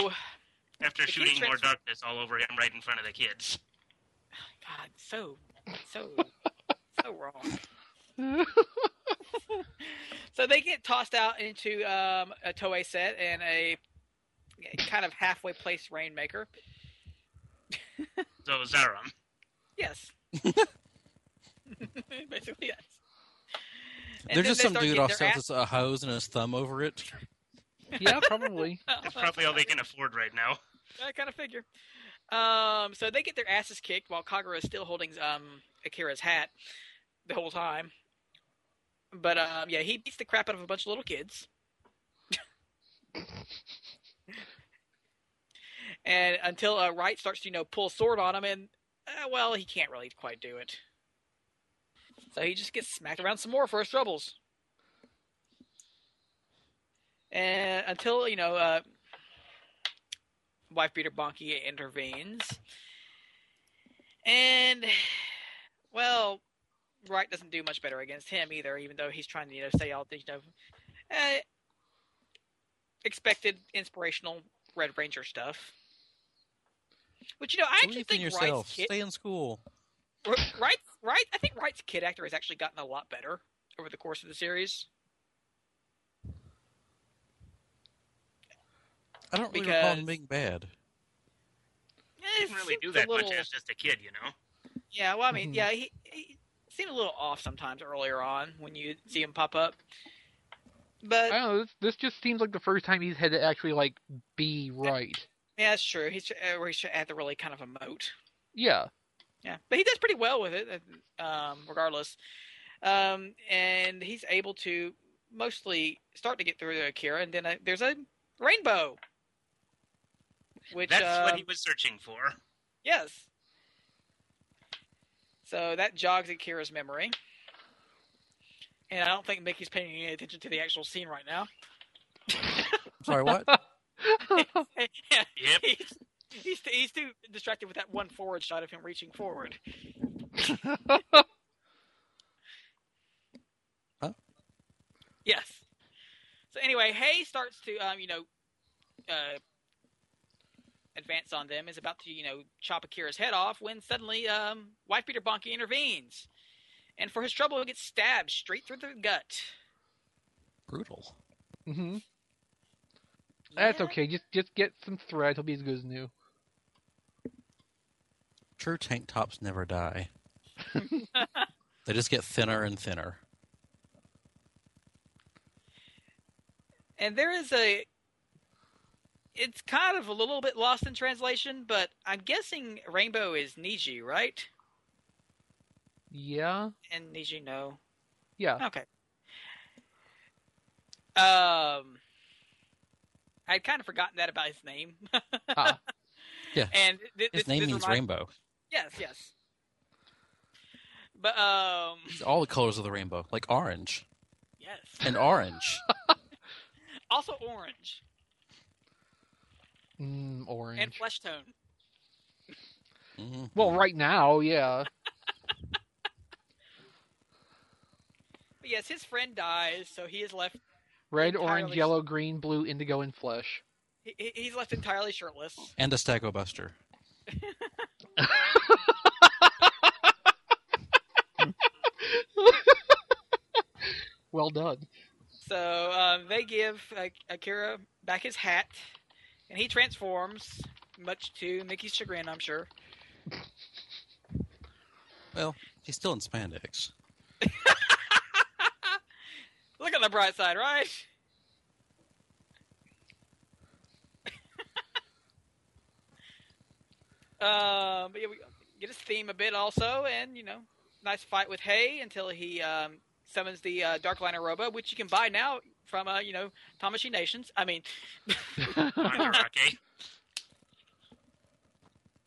S3: After
S1: If you
S3: shooting more
S1: transfer-
S3: darkness all over him right in front of the kids.
S1: God, so, so, so wrong. so they get tossed out into um, a Toei set and a kind of halfway placed Rainmaker.
S3: So Zarum.
S1: Yes. Basically, yes. And
S5: They're
S1: then
S5: just
S1: they
S5: some
S1: start
S5: dude
S1: getting
S5: off
S1: their
S5: south
S1: ass-
S5: with a hose and his thumb over it.
S2: Yeah, probably.
S3: That's probably all they can afford right now.
S1: I kind of figure. Um, so they get their asses kicked while Kagura is still holding um, Akira's hat the whole time. But um, yeah, he beats the crap out of a bunch of little kids. and until uh, Wright starts to you know pull sword on him, and uh, well, he can't really quite do it. So he just gets smacked around some more for his troubles. And until you know uh, wife beater Bonky intervenes. And well, Wright doesn't do much better against him either, even though he's trying to you know say all these you know eh, expected inspirational Red Ranger stuff. Which you know, I actually
S5: Believe in
S1: think
S5: yourself.
S1: Wright's kid,
S5: Stay in school.
S1: Wright, Wright, I think Wright's kid actor has actually gotten a lot better over the course of the series.
S5: I don't really recall
S1: Because-
S5: him being bad.
S1: Eh,
S3: He didn't really
S1: seems
S3: do
S1: a
S3: that
S1: little-
S3: much as just a kid, you know.
S1: Yeah, well, I mean,
S2: Mhm.
S1: yeah, he, he seemed a little off sometimes earlier on when you see him pop up. But
S2: I don't know. This, this just seems like the first time he's had to actually like be right.
S1: yeah, that's true. He's uh, where he should have to really kind of emote.
S2: Yeah.
S1: Yeah, but he does pretty well with it, uh, um, regardless. Um, and he's able to mostly start to get through to Akira, and then uh there's a rainbow, which
S3: That's
S1: uh,
S3: what he was searching for.
S1: Yes. So that jogs Akira's memory. And I don't think Mickey's paying any attention to the actual scene right now.
S5: I'm sorry, what?
S1: yeah,
S3: Yep.
S1: he's, he's, too- he's too distracted with that one forward shot of him reaching forward.
S5: Huh?
S1: Yes. So anyway, Hay starts to, um, you know, uh, advance on them. Is about to, you know, chop Akira's head off when suddenly um, White Peter Bonky intervenes, and for his trouble, he gets stabbed straight through the gut.
S5: Brutal.
S2: hmm That's
S1: Yeah.
S2: okay. Just just get some thread. He'll be as good as new.
S5: True tank tops never die. they just get thinner and thinner.
S1: and there is a it's kind of a little bit lost in translation but i'm guessing rainbow is niji right
S2: Yeah.
S1: and niji no
S2: Yeah.
S1: okay um i'd kind of forgotten that about his name
S2: Ah.
S5: Yeah.
S1: and th-
S5: His
S1: this,
S5: name
S1: this
S5: means
S1: reminds-
S5: rainbow.
S1: yes yes but um
S5: He's all the colors of the rainbow, like orange
S1: yes
S5: and orange.
S1: also orange
S2: Mm, orange.
S1: and flesh tone
S5: Mhm.
S2: well, right now, yeah.
S1: but yes his friend dies so he is left
S2: Red,
S1: Entirely
S2: orange, yellow, green, blue, indigo, and flesh.
S1: he- he, he's left entirely shirtless
S5: and a Stago Buster.
S2: Well done.
S1: So um, they give uh, Akira back his hat, and he transforms, much to Mickey's chagrin, I'm sure.
S5: Well, he's still in spandex.
S1: Look on the bright side, right? um, but yeah, we get his theme a bit also, and you know, nice fight with Hay until he um, summons the uh, Darkliner Robo, which you can buy now from uh, you know Tamashi Nations. I mean,
S3: Mandarake.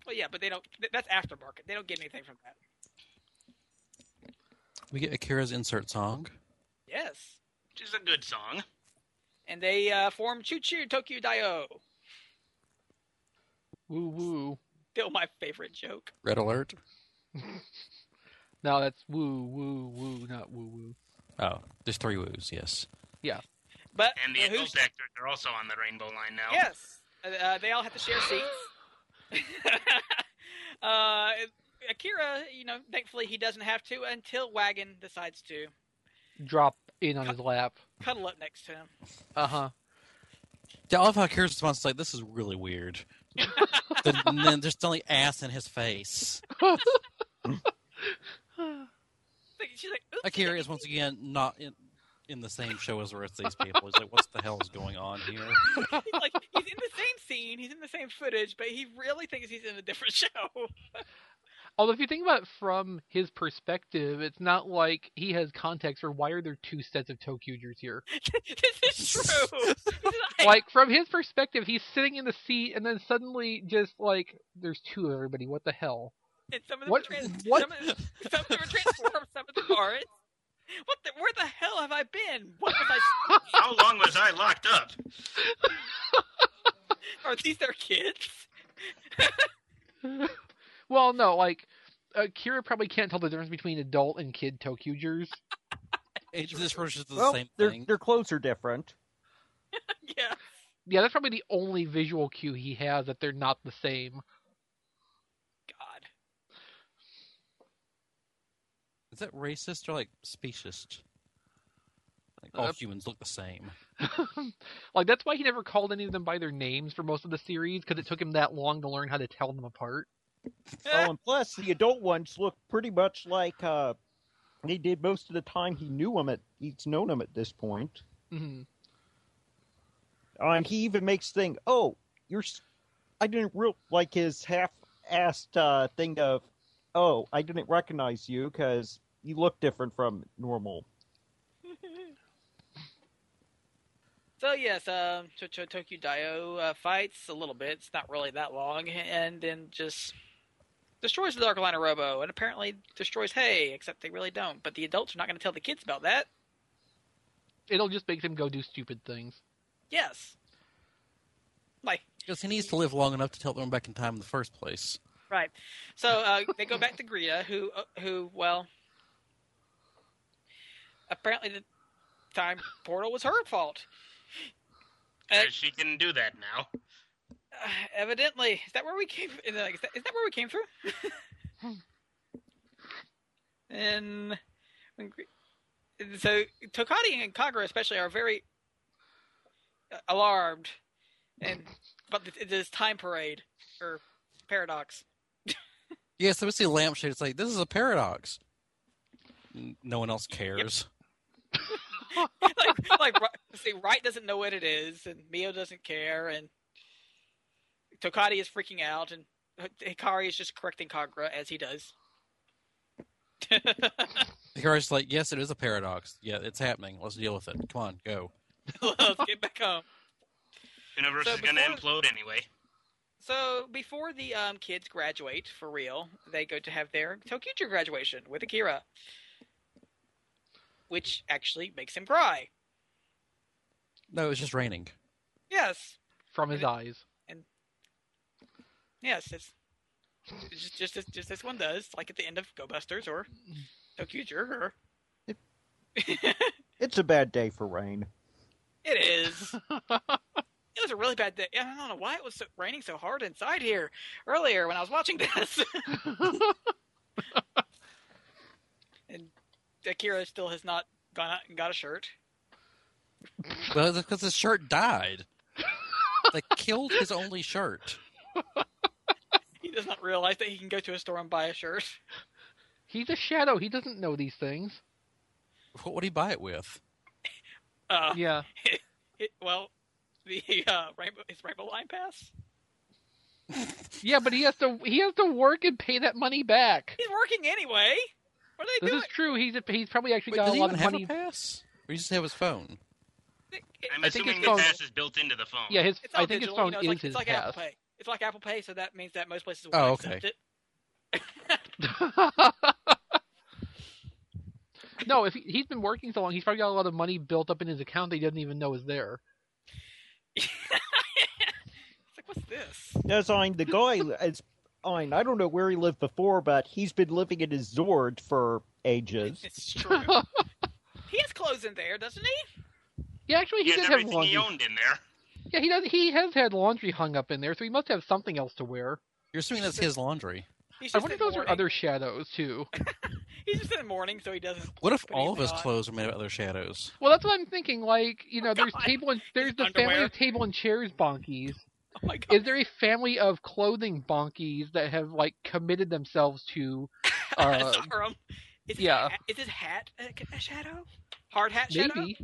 S1: well, yeah, but they don't. th- That's aftermarket. They don't get anything from that.
S5: We get Akira's insert song.
S1: Yes.
S3: Which is a good song.
S1: and they uh, formed Choo Choo Tokyo Dio.
S2: Woo woo.
S1: Still my favorite joke.
S5: Red alert.
S2: No, that's woo woo woo, not woo woo.
S5: Oh, there's three woos. Yes.
S2: Yeah,
S1: But
S3: And the
S1: uh, who's
S3: adult actors are also on the rainbow line now.
S1: Yes, uh, they all have to share seats. uh, Akira, you know, thankfully he doesn't have to until Wagon decides to
S2: drop in on his lap.
S1: cuddle up next to him.
S2: Uh huh.
S5: Yeah, I love how Kira's response is like, "This is really weird." The- and then there's only ass in his face.
S1: Like, She's like, "Oops."
S5: Akira is once again not in, in the same show as the rest of these people. He's like, "What's the hell is going on here?"
S1: He's like he's in the same scene, he's in the same footage, but he really thinks he's in a different show.
S2: Although, if you think about it from his perspective, it's not like he has context for why are there two sets of Tokugers here.
S1: this is true. This is
S2: Like from his perspective, he's sitting in the seat, and then suddenly, just like there's two of everybody. What the hell?
S1: And some of them
S2: What-
S1: are trans-
S2: what?
S1: Some, of them, some of them are transformed, some of them aren't. What the? Where the hell have I been? What was I?
S3: How long was I locked up?
S1: Are these their kids?
S2: Well, no, like Akira probably can't tell the difference between adult and kid Tokugers.
S5: It just refers to the
S4: well,
S5: same
S4: their,
S5: thing.
S4: their clothes are different.
S1: Yeah.
S2: Yeah, that's probably the only visual cue he has that they're not the same.
S1: God.
S5: Is that racist or like speciest? Like all
S2: Uh,
S5: humans look the same.
S2: Like that's why he never called any of them by their names for most of the series because it took him that long to learn how to tell them apart.
S4: oh, and plus the adult ones look pretty much like uh, they did most of the time he knew them at he's known them at this point.
S2: Mhm.
S4: Um, he even makes thing. Oh, you're. s- I didn't real like his half-assed uh, thing of. Oh, I didn't recognize you because you look different from normal.
S1: So yes, um, to- to- Tokyo Dio uh, fights a little bit. It's not really that long, and then just destroys the Dark Line of Robo, and apparently destroys Hay. Except they really don't. But the adults are not going to tell the kids about that.
S2: It'll just make him go do stupid things.
S1: Yes. Like
S5: Because he needs to live long enough to tell them back in time in the first place.
S1: Right. So uh, they go back to Greta, who uh, who well, apparently the time portal was her fault. Uh,
S3: 'Cause she can do that now.
S1: uh, evidently, is that where we came? Is that, is that where we came through? and when Gre- so Tokati and Kagura especially are very uh, alarmed, and but th- this time parade or paradox.
S5: Yeah, so we see a lampshade. It's like this is a paradox. N- No one else cares.
S1: like, like Ri- see, Wright doesn't know what it is, and Mio doesn't care, and Tokati is freaking out, and Hikari is just correcting Kagura as he does.
S5: The guy's like, yes, it is a paradox. Yeah, it's happening. Let's deal with it. Come on, go.
S1: Let's get back home.
S3: Universe
S1: So
S3: is going to
S1: before-
S3: implode anyway.
S1: So before the um, kids graduate for real, they go to have their Tokyuger graduation with Akira, which actually makes him cry.
S5: No, it's just raining.
S1: Yes,
S2: From his eyes.
S1: yes, it's it's just just as, just as one does, like at the end of Go Busters or Tokyuger or
S4: It's a bad day for rain.
S1: It is. it was a really bad day. I don't know why it was so, raining so hard inside here earlier when I was watching this. and Akira still has not gone out and got a shirt.
S5: Well, that's because his shirt died. they killed his only shirt.
S1: He does not realize that he can go to a store and buy a shirt.
S2: He's a shadow. He doesn't know these things.
S5: What would he buy it with?
S1: Uh,
S2: Yeah.
S1: it- well, the uh, rainbow his rainbow line pass.
S2: Yeah, but he has to he has to work and pay that money back.
S1: He's working anyway. What are they
S2: This
S1: doing?
S2: is true. He's he's probably actually
S5: Wait,
S2: got
S5: does
S2: a
S5: he
S2: lot
S5: even
S2: of
S5: have
S2: money.
S5: a pass? Or he just have his phone?
S3: I'm
S2: I think
S3: assuming
S2: it's
S3: the
S2: phone-
S3: pass is built into the phone.
S2: Yeah, his
S1: It's all
S2: I think his
S1: digital,
S2: phone
S1: you know,
S2: is
S1: it's like,
S2: his
S1: it's like
S2: pass.
S1: Apple Pay. It's like Apple Pay, so that means that most places will
S5: Oh,
S1: accept
S5: okay.
S1: it.
S2: no, if he, he's been working so long, he's probably got a lot of money built up in his account that he doesn't even know is there.
S1: it's like, what's this?
S4: That's on the guy. It's fine. I don't know where he lived before, but he's been living in his Zord for ages.
S1: It's true. he has clothes in there, doesn't he?
S2: Yeah, actually, he
S3: He has
S2: did have
S3: everything he
S2: laundry.
S3: owned in there.
S2: Yeah, he does. He has had laundry hung up in there, so he must have something else to wear.
S5: You're assuming that's his laundry.
S1: He's
S2: I
S1: just
S2: wonder if
S1: in
S2: those are
S1: mourning.
S2: other shadows too.
S1: He's just in mourning, so he doesn't.
S5: What if
S1: put
S5: all of his
S1: anything on.
S5: clothes are made of other shadows?
S2: Well, that's what I'm thinking. Like, you know, there's
S1: Oh, God.
S2: table and there's the family
S1: Underwear.
S2: of table and chairs bonkies.
S1: Oh my god!
S2: Is there a family of clothing bonkies that have like committed themselves to?
S1: I
S2: Uh,
S1: saw him. Is his
S2: yeah.
S1: hat- Is his hat a, a shadow? Hard hat shadow?
S2: maybe,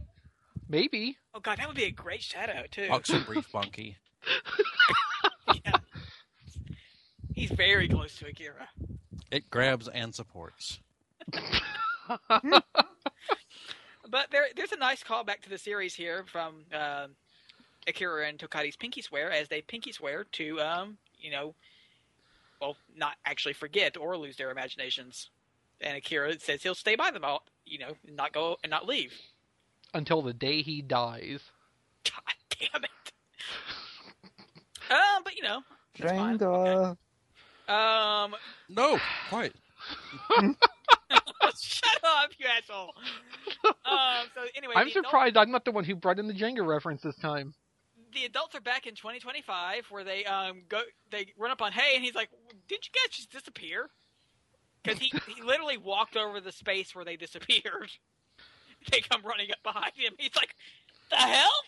S2: maybe.
S1: Oh god, that would be a great shadow too.
S2: Oh.
S5: Auction brief bonky.
S1: Yeah. He's very close to Akira.
S5: It grabs and supports.
S1: But there, there's a nice callback to the series here from um Akira and Tokadi's pinky swear as they pinky swear to, um, you know, well, not actually forget or lose their imaginations. And Akira says he'll stay by them all, you know, and not go and not leave.
S2: Until the day he dies.
S1: God damn it. Um, but you know, that's fine.
S4: Jenga.
S1: Um,
S5: No, quite.
S1: shut up, you asshole. Um, so anyway,
S2: I'm
S1: the adult-
S2: surprised I'm not the one who brought in the Jenga reference this time.
S1: the adults are back in 2025 where they um go they run up on hay and he's like did you guys just disappear because he, he literally walked over the space where they disappeared they come running up behind him he's like the hell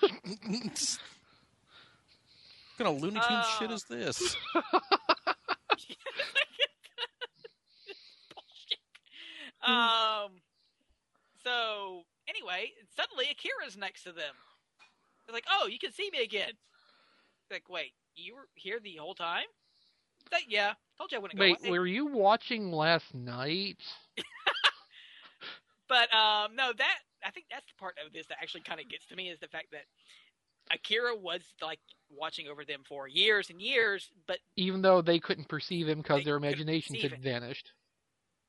S5: what kind of Looney Tunes
S1: Uh.
S5: shit is this?
S1: um so anyway suddenly akira's next to them they're like oh you can see me again like wait you were here the whole time He's like, yeah told you i wouldn't go
S2: Wait,
S1: away."
S2: were you watching last night?
S1: But um, no, that I think that's the part of this that actually kind of gets to me is the fact that Akira was like watching over them for years and years, but
S2: Even though they couldn't perceive him because
S1: They
S2: their
S1: couldn't
S2: imaginations
S1: perceive
S2: had
S1: it.
S2: vanished.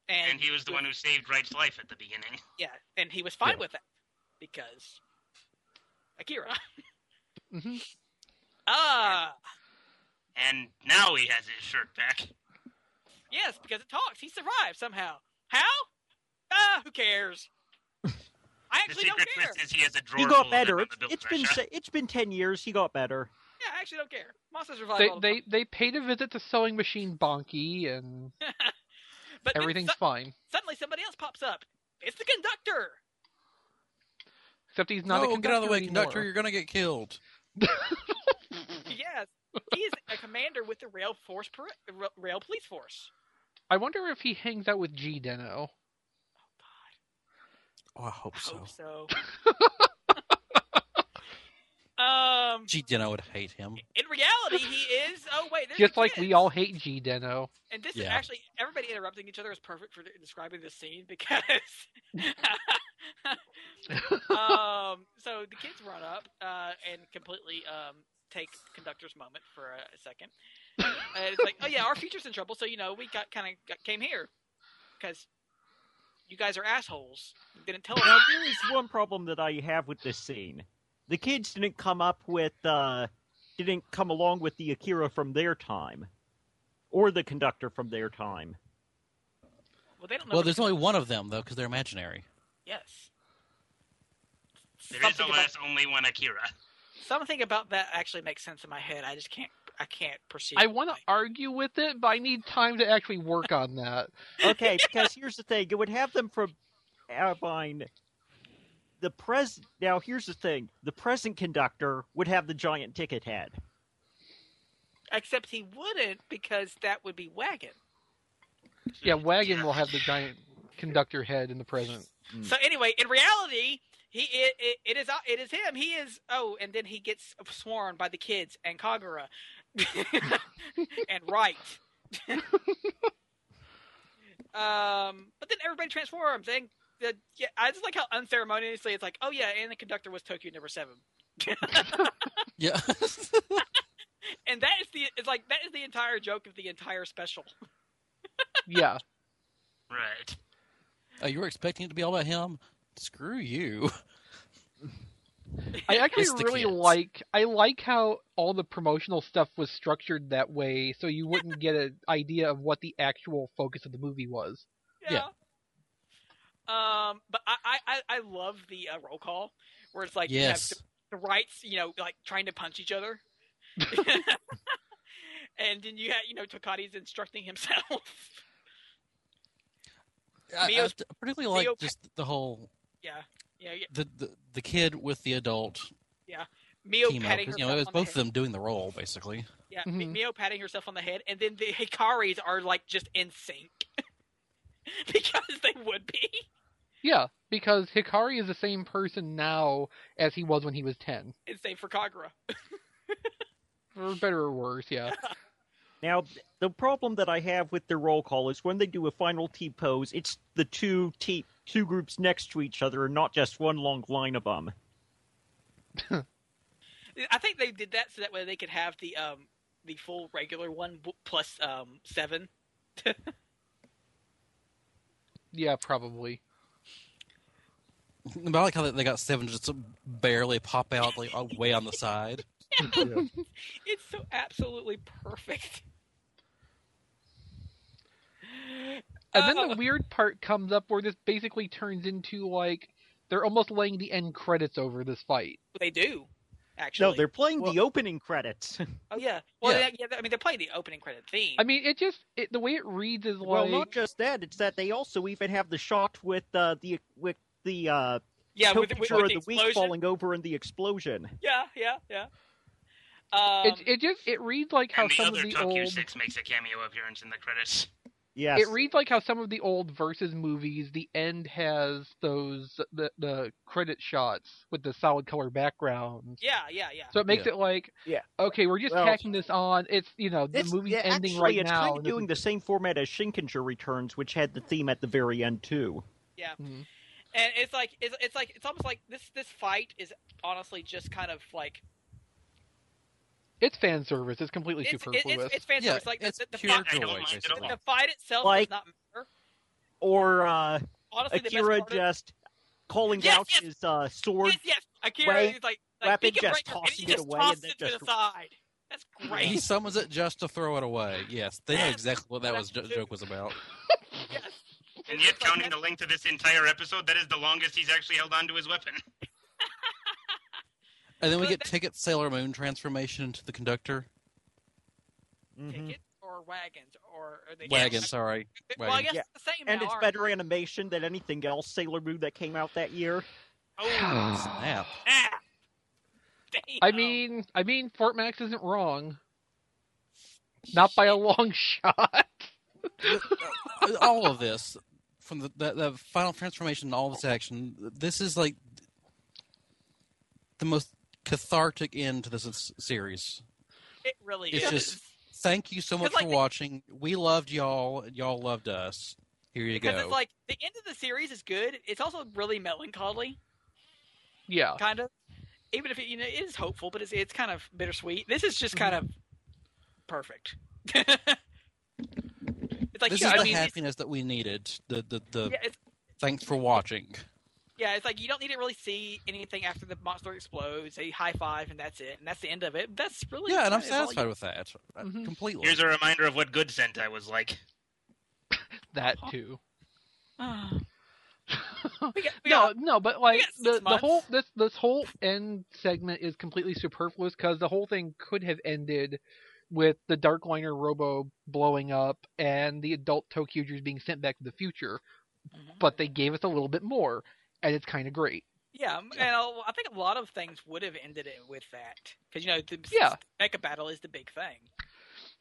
S1: and,
S3: And he was the one who saved Wright's life at the beginning.
S1: yeah, and he was fine
S5: Yeah.
S1: with that because Akira.
S2: hmm
S1: Ah,
S3: And now he has his shirt back.
S1: yes, because it talks. He survived somehow. How? Ah, who cares? I
S3: The
S1: actually don't
S3: secret
S1: care.
S3: twist is he has a drawer
S4: He
S3: full
S4: got
S3: of
S4: better.
S3: them
S4: It's,
S3: on the
S4: it's
S3: built
S4: been
S3: pressure.
S4: se- it's been ten years. He got better.
S1: Yeah, I actually don't care. Monsters survived.
S2: They
S1: all the
S2: they they paid a visit to sewing machine Bonky, and
S1: time. but then
S2: everything's
S1: su-
S2: fine.
S1: suddenly somebody else pops up. It's the conductor.
S2: Except he's not a
S5: no,
S2: conductor
S5: get out of the way,
S2: anymore.
S5: conductor. You're gonna get killed.
S1: Yes, he is a commander with the rail force, par- ra- rail police force.
S2: I wonder if he hangs out with G Deno.
S5: Oh, I hope
S1: I
S5: so.
S1: hope so. um,
S5: Gee, Dino would hate him.
S1: in reality, he is. Oh wait, there's
S2: Just
S1: the
S2: like we
S1: kids.
S2: all hate G Deno.
S1: And this is
S5: Yeah.
S1: actually everybody interrupting each other is perfect for describing this scene because. um, so the kids run up uh, and completely um, take conductor's moment for a second. And it's like, oh yeah, our future's in trouble, so you know we got kind of came here because you guys are assholes. You didn't tell
S4: Now
S1: us.
S4: there is one problem that I have with this scene. The kids didn't come up with uh didn't come along with the Akira from their time. Or the conductor from their time.
S1: Well, they don't know.
S5: Well,
S1: what-
S5: there's only one of them though, because they're imaginary.
S1: yes.
S3: There is
S1: Something about-
S3: alas only one Akira.
S1: something about that actually makes sense in my head. I just can't. I can't perceive.
S2: I want to
S1: why.
S2: argue with it, but I need time to actually work on that.
S4: Okay, because here's the thing. It would have them from Avine. The pres now here's the thing. The present conductor would have the giant ticket head.
S1: Except he wouldn't because that would be wagon.
S2: Yeah, Wagon will have the giant conductor head in the present.
S1: So anyway, in reality, he it, it, it is it is him. He is oh, and then he gets sworn by the kids and Kagura and right. um, but then everybody transforms, and the, yeah, I just like how unceremoniously it's like, oh yeah, and the conductor was Tokyo Number Seven,
S5: Yeah.
S1: and that is the it's like that is the entire joke of the entire special.
S2: Yeah,
S3: Right.
S5: Oh, uh, you were expecting it to be all about him. Screw you.
S2: I I actually
S5: It's the
S2: really
S5: kids.
S2: like I like how all the promotional stuff was structured that way, so you wouldn't get an idea of what the actual focus of the movie was.
S5: Yeah.
S1: Um, but I, I, I- I love the uh, roll call where it's like you have
S5: yes.
S1: the rights, you know, like trying to punch each other. and then you had, you know, Takati's instructing himself.
S5: I, I
S1: Mio's-
S5: particularly like
S1: Mio-
S5: just the whole
S1: yeah. Yeah. yeah.
S5: the, the the kid with the adult
S1: Mio
S5: team up.
S1: patting
S5: 'cause,
S1: herself
S5: You know, it was
S1: on
S5: both of Mm-hmm.
S1: the head.
S5: them doing the role basically.
S1: Yeah.
S2: Mhm.
S1: Mio patting herself on the head. And then the Hikaris are like just in sync. because they would be.
S2: Yeah, because Hikari is the same person now as he was when he was ten,
S1: And same for Kagura.
S2: for better or worse. Yeah,
S4: Now, th- the problem that I have with their roll call is when they do a final T pose, it's the two T two groups next to each other, and not just one long line of them.
S1: I think they did that so that way they could have the um the full regular one w- plus um seven.
S2: yeah, probably.
S5: But I like how they- they got seven just barely pop out like uh, way on the side.
S1: It's so absolutely perfect.
S2: And then the
S1: Uh,
S2: weird part comes up where this basically turns into like they're almost laying the end credits over this fight.
S1: oh, they do actually.
S4: No, they're playing the opening credits.
S1: oh yeah. Well,
S5: Yeah.
S1: yeah. yeah. I mean, they're playing the opening credit theme.
S2: I mean, it just it, the way it reads is like
S4: well, not just that; it's that they also even have the shot with uh, the with the uh,
S1: yeah, with,
S4: picture
S1: with, with the
S4: of the
S1: explosion.
S4: wheat falling over and the explosion.
S1: Yeah, yeah, yeah. Um,
S2: it, it just it reads like how
S3: and the
S2: Oh, some of
S3: other
S2: the
S3: Tokyo
S2: old
S3: Six makes a cameo appearance in the credits.
S4: Yes,
S2: It reads like how some of the old versus movies, the end has those the the credit shots with the solid color background.
S1: yeah, yeah, yeah.
S2: So it makes
S5: Yeah.
S2: it like,
S4: Yeah.
S2: okay, we're just
S4: Well-
S2: tacking this on. It's you know the
S4: It's-
S2: movie's
S4: yeah,
S2: ending
S4: actually,
S2: right
S4: it's
S2: now.
S4: kind of
S2: and this
S4: doing
S2: is-
S4: the same format as Shinkinger Returns, which had the theme at the very end too.
S1: and it's like it's, it's like it's almost like this this fight is honestly just kind of like
S2: It's fan service. It's completely
S1: it's it,
S2: superfluous.
S1: it's, it's fan
S5: Yeah,
S1: service. Like
S5: it's
S1: the, the,
S5: pure
S1: fight,
S3: I don't
S5: joy.
S3: mind it at
S5: basically.
S3: all.
S1: the fight itself
S4: Like-
S1: does not matter.
S4: Or uh,
S1: Honestly, the
S4: Akira
S1: best part of-
S4: just calling
S1: Yes,
S4: out
S1: yes.
S4: his uh, sword.
S1: Yes, yes. Akira
S4: Right.
S1: is like, like
S4: Rapid
S1: Beacon
S4: just
S1: Breaker, and he
S4: tossing it
S1: just
S4: away and
S1: tosses
S4: then
S1: it to
S4: just-
S1: the side. That's
S5: He
S1: great.
S5: summons it just to throw it away. Yes, they know exactly what that was jo- joke was about.
S1: yes.
S3: And
S1: It's like
S3: yet, counting the length of this entire episode, that is the longest he's actually held on to his weapon.
S5: And then we
S1: But
S5: get
S1: that-
S5: Ticket Sailor Moon transformation into the conductor
S1: that's
S3: mm-hmm.
S4: Mhm.
S1: Tickets or wagons or are they
S5: wagon. Sorry,
S1: Well, I
S5: wagon.
S1: guess
S4: Yeah.
S1: it's the same.
S4: And
S1: now,
S4: it's
S1: aren't
S4: better animation than anything else Sailor Moon that came out that year.
S3: Oh,
S5: snap!
S1: they? Ah. Damn.
S2: I mean, I mean, Fort Max isn't wrong. Not by a long shot.
S5: all of this from the, the, the final transformation and all this action this is like the most cathartic end to this s- series
S1: it really
S5: it's
S1: is.
S5: just- thank you so much
S1: It's like
S5: for
S1: the-
S5: watching we loved y'all and y'all loved us here you
S1: because
S5: go
S1: it's like the end of the series is good. It's also really melancholy,
S2: yeah.
S1: kind of. Even if it, you know, it is hopeful, but it's it's kind of bittersweet. This is just kind of perfect. it's like
S5: this
S1: yeah,
S5: is
S1: I
S5: the
S1: mean, it's-
S5: happiness that we needed the the, the
S1: yeah, it's
S5: thanks for watching
S1: Yeah, it's like you don't need to really see anything after the monster explodes. They high five and that's it, and that's the end of it. That's really
S5: yeah and i'm
S1: that's all you- Mm-hmm.
S5: satisfied with that uh,
S2: Mhm.
S5: completely
S3: here's a reminder of what good Sentai was like.
S2: That too.
S1: Ah. we got, we
S2: no,
S1: got-
S2: no, but like
S1: got six
S2: the, the
S1: months.
S2: whole this this whole end segment is completely superfluous because the whole thing could have ended with the Darkliner Robo blowing up and the adult Tokyujers being sent back to the future,
S1: Mhm.
S2: but they gave us a little bit more, and it's kind of great.
S1: yeah, and I'll- I think a lot of things would have ended it with that because you know the
S2: Yeah.
S1: mecha battle is the big thing.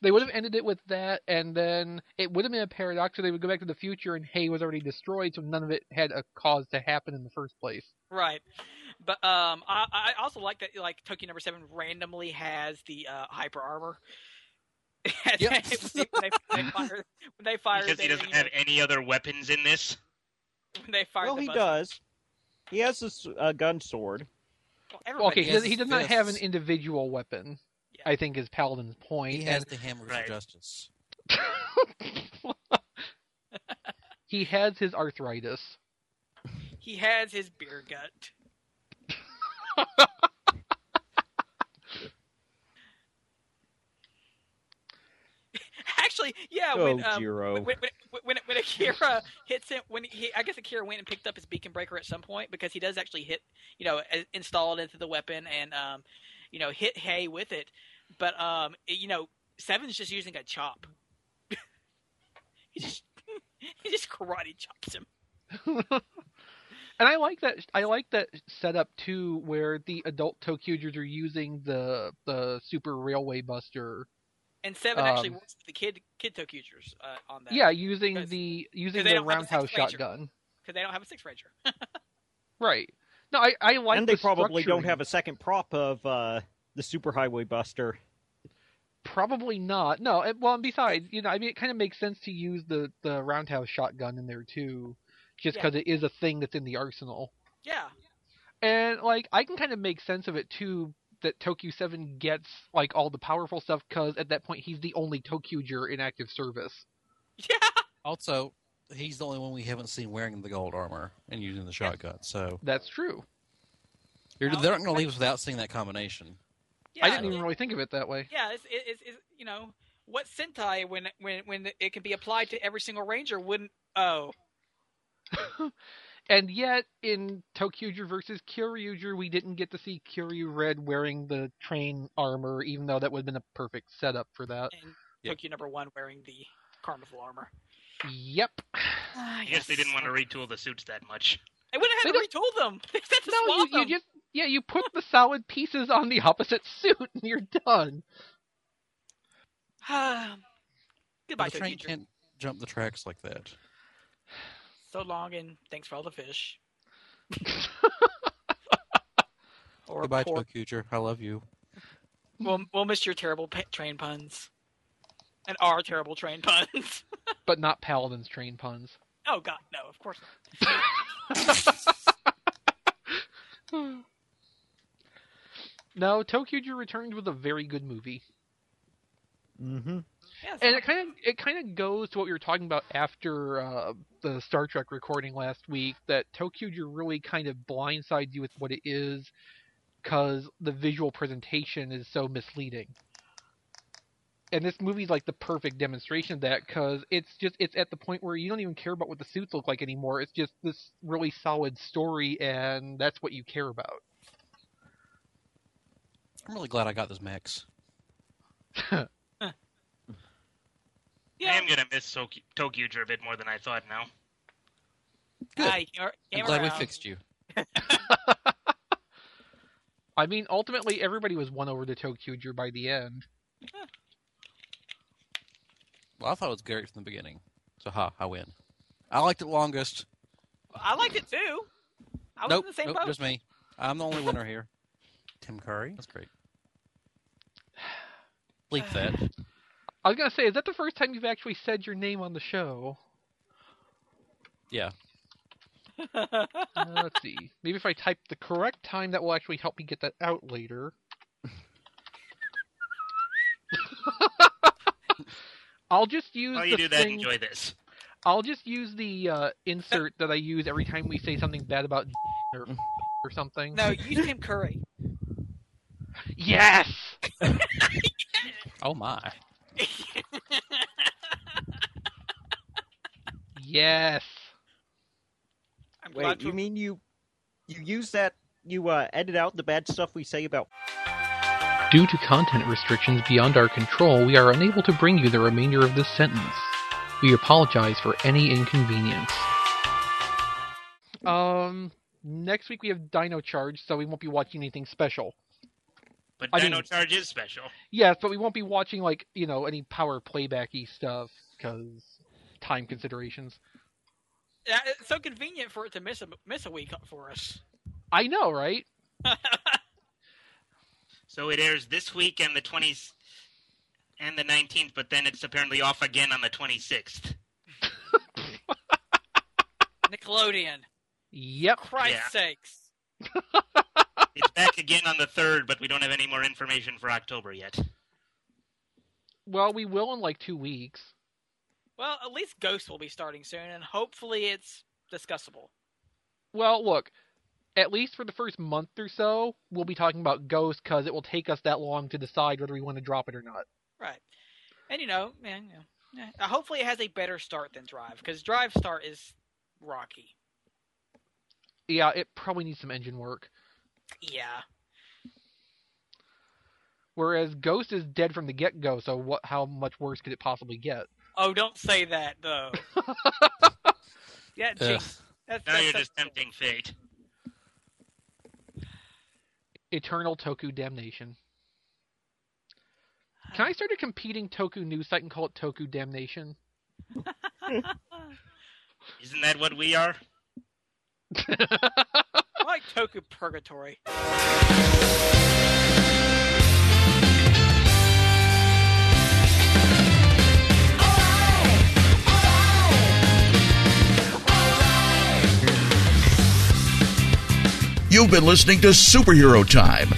S2: They would have ended it with that, and then it would have been a paradox. So they would go back to the future, and Hay was already destroyed, so none of it had a cause to happen in the first place.
S1: Right, but um, I, I also like that like Tokyo Number Seven randomly has the uh, hyper armor.
S5: Yep.
S1: when, they, when they fire, when they fire,
S3: Because he
S1: the,
S3: doesn't
S1: you know,
S3: have any other weapons in this.
S1: when they fire
S4: Well,
S1: the
S4: he
S1: buzzer-
S4: does. He has this uh, gun sword.
S1: Well, everybody
S2: Okay, he
S5: he
S1: does.
S5: has
S2: does, he
S5: his
S2: does not have an
S5: fists.
S2: individual weapon.
S1: Yeah.
S2: I think is Paladin's point.
S5: he
S2: and-
S5: has the hammers
S3: Right.
S5: of justice
S2: he has his arthritis.
S1: He has his beer gut. actually, yeah.
S4: Go,
S1: when, um,
S4: Oh, Jiro.
S1: when, when, when, when Akira hits him, when he, I guess Akira went and picked up his beacon breaker at some point because he does actually hit, you know, a- install it into the weapon and, um, you know, hit Hay with it. But, um, it- you know, Seven's just using a chop. he just he just karate chops him.
S2: And I like that. I like that setup too, where the adult Tokyojers are using the the Super Railway Buster.
S1: And Seven actually
S2: Um,
S1: works with the kid kid Tokyuters uh, on that.
S2: Yeah, using
S1: Because-
S2: the
S1: because
S2: using
S1: they
S2: the
S1: don't have a
S2: roundhouse
S1: six-ranger.
S2: shotgun.
S1: because they don't have a six ranger.
S2: Right. No, I, I like.
S4: and they
S2: the
S4: probably don't
S2: structuring.
S4: have a second prop of uh, the Superhighway Buster.
S2: Probably not. No. and- well, and besides, you know, I mean, it kind of makes sense to use the the roundhouse shotgun in there too, just
S1: Yeah.
S2: because it is a thing that's in the arsenal.
S1: yeah,
S2: And like I can kind of make sense of it too that Tokyo 7 gets like all the powerful stuff cuz at that point he's the only Tokyoger in active service.
S1: yeah.
S5: Also, he's the only one we haven't seen wearing the gold armor and using the shotgun. So
S2: That's true.
S5: you're,
S1: Now-
S5: they're not going to leave us without seeing that combination.
S1: yeah
S2: I didn't
S1: yeah.
S2: even really think of it that way.
S1: yeah, it's, it- it's, it's you know what Sentai when when when it can be applied to every single ranger wouldn't. Oh,
S2: And yet in Tokyoger versus Kyoryuger we didn't get to see Kiryu Red wearing the train armor even though that would have been a perfect setup for that.
S1: and
S5: Yeah.
S1: Tokyo number one wearing the Carnival armor.
S2: Yep.
S1: I
S3: I guess they didn't want to retool the suits that much.
S1: They wouldn't have
S2: They
S1: to retool them. They just had to
S2: No, you,
S1: swap
S2: you
S1: them.
S2: just yeah, you put the solid pieces on the opposite suit and you're done.
S1: Goodbye,
S5: the train
S1: Tokyo.
S5: can't jump the tracks like that.
S1: So long, and thanks for all the fish. or
S5: Goodbye,
S1: poor,
S5: Tokyo. I love you.
S1: we'll, we'll miss your terrible pa- train puns, and our terrible train puns.
S2: But not Paladin's train puns.
S1: oh God, no, of course not.
S2: No, Tokyo Ju returned with a very good movie,
S4: Mm-hmm.
S1: Yeah, it's
S2: and
S1: fine.
S2: it kind of it kind of goes to what we were talking about after uh, the Star Trek recording last week. That Tokyo Ju really kind of blindsides you with what it is, because the visual presentation is so misleading. And this movie's like the perfect demonstration of that, because it's just it's at the point where you don't even care about what the suits look like anymore. It's just this really solid story, and that's what you care about.
S5: I'm really glad I got this max.
S3: I
S1: yeah.
S3: am gonna miss Toky- Tokyuger a bit more than I thought now.
S5: Good.
S1: Hi, Cam-
S5: I'm
S1: Cam
S5: glad
S1: around.
S5: we fixed you.
S2: I mean, ultimately, everybody was won over to Tokyoger by the end.
S5: Well, I thought it was Garrett from the beginning. So, ha, I win. I liked it longest.
S1: I liked it too. I was
S5: nope,
S1: in the same
S5: nope,
S1: boat.
S5: just me. I'm the only winner here. Tim Curry. That's great. Bleep that.
S2: I was gonna say, is that the first time you've actually said your name on the show?
S5: Yeah.
S2: Uh, let's see. Maybe if I type the correct time, that will actually help me get that out later. I'll just use
S3: While
S2: the
S3: you do that,
S2: thing-
S3: enjoy this.
S2: I'll just use the uh, insert that I use every time we say something bad about or, or something.
S1: No, you Tim Curry.
S2: Yes.
S5: Oh, my.
S2: Yes.
S1: I'm glad
S4: Wait,
S1: to
S4: you mean you you use that you uh, edit out the bad stuff we say about
S2: Due to content restrictions beyond our control, we are unable to bring you the remainder of this sentence. We apologize for any inconvenience. Um, next week we have Dino Charge, so we won't be watching anything special.
S3: But
S2: I
S3: Dino
S2: mean-
S3: Charge is special.
S2: Yes, but we won't be watching, like, you know, any power playbacky stuff, because time considerations.
S1: Yeah, it's so convenient for it to miss a miss a week for us.
S2: I know, right?
S3: So it airs this week and the 20s and the 19th, but then it's apparently off again on the 26th.
S1: Nickelodeon,
S2: Yep.
S1: Christ
S3: Yeah.
S1: sakes!
S3: It's back again on the 3rd, but we don't have any more information for October yet.
S2: Well, we will in, like, two weeks.
S1: Well, at least Ghost will be starting soon, and hopefully it's discussable.
S2: Well, look, at least for the first month or so, we'll be talking about Ghost because it will take us that long to decide whether we want to drop it or not.
S1: Right. And you know, man, you know, Eh, uh, hopefully, it has a better start than Drive because Drive start is rocky.
S2: Yeah, it probably needs some engine work.
S1: Yeah,
S2: Whereas Ghost is dead from the get go, so what? How much worse could it possibly get?
S1: Oh, don't say that though. yeah,
S5: Ugh.
S1: geez. That's,
S3: Now
S1: that's- that's-
S3: you're just tempting fate.
S2: Eternal Toku Damnation. Can I start a competing Toku news site and call it Toku Damnation?
S3: Isn't that what we are?
S1: I like Toku Purgatory.
S7: You've been listening to Superhero Time.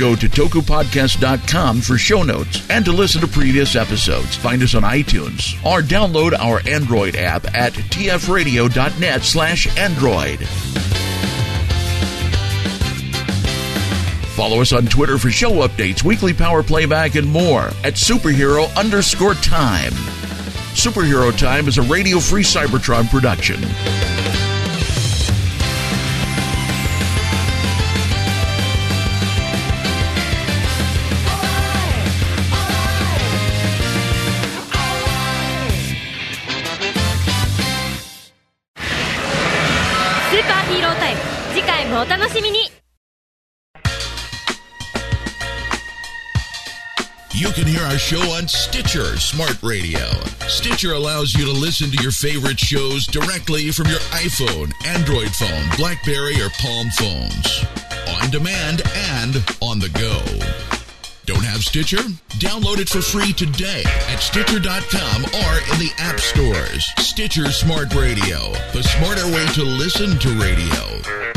S7: Go to tokupodcast.com for show notes and to listen to previous episodes. Find us on iTunes or download our Android app at tfradio.net slash Android. Follow us on Twitter for show updates, weekly power playback, and more at superhero underscore time. Superhero Time is a radio free Cybertron production.
S8: 「スーパーヒーロータイム」次回もお楽しみに
S7: You can hear our show on Stitcher Smart Radio. Stitcher allows you to listen to your favorite shows directly from your iPhone, Android phone, Blackberry, or Palm phones. On demand and on the go. Don't have Stitcher? Download it for free today at Stitcher.com or in the app stores. Stitcher Smart Radio, the smarter way to listen to radio.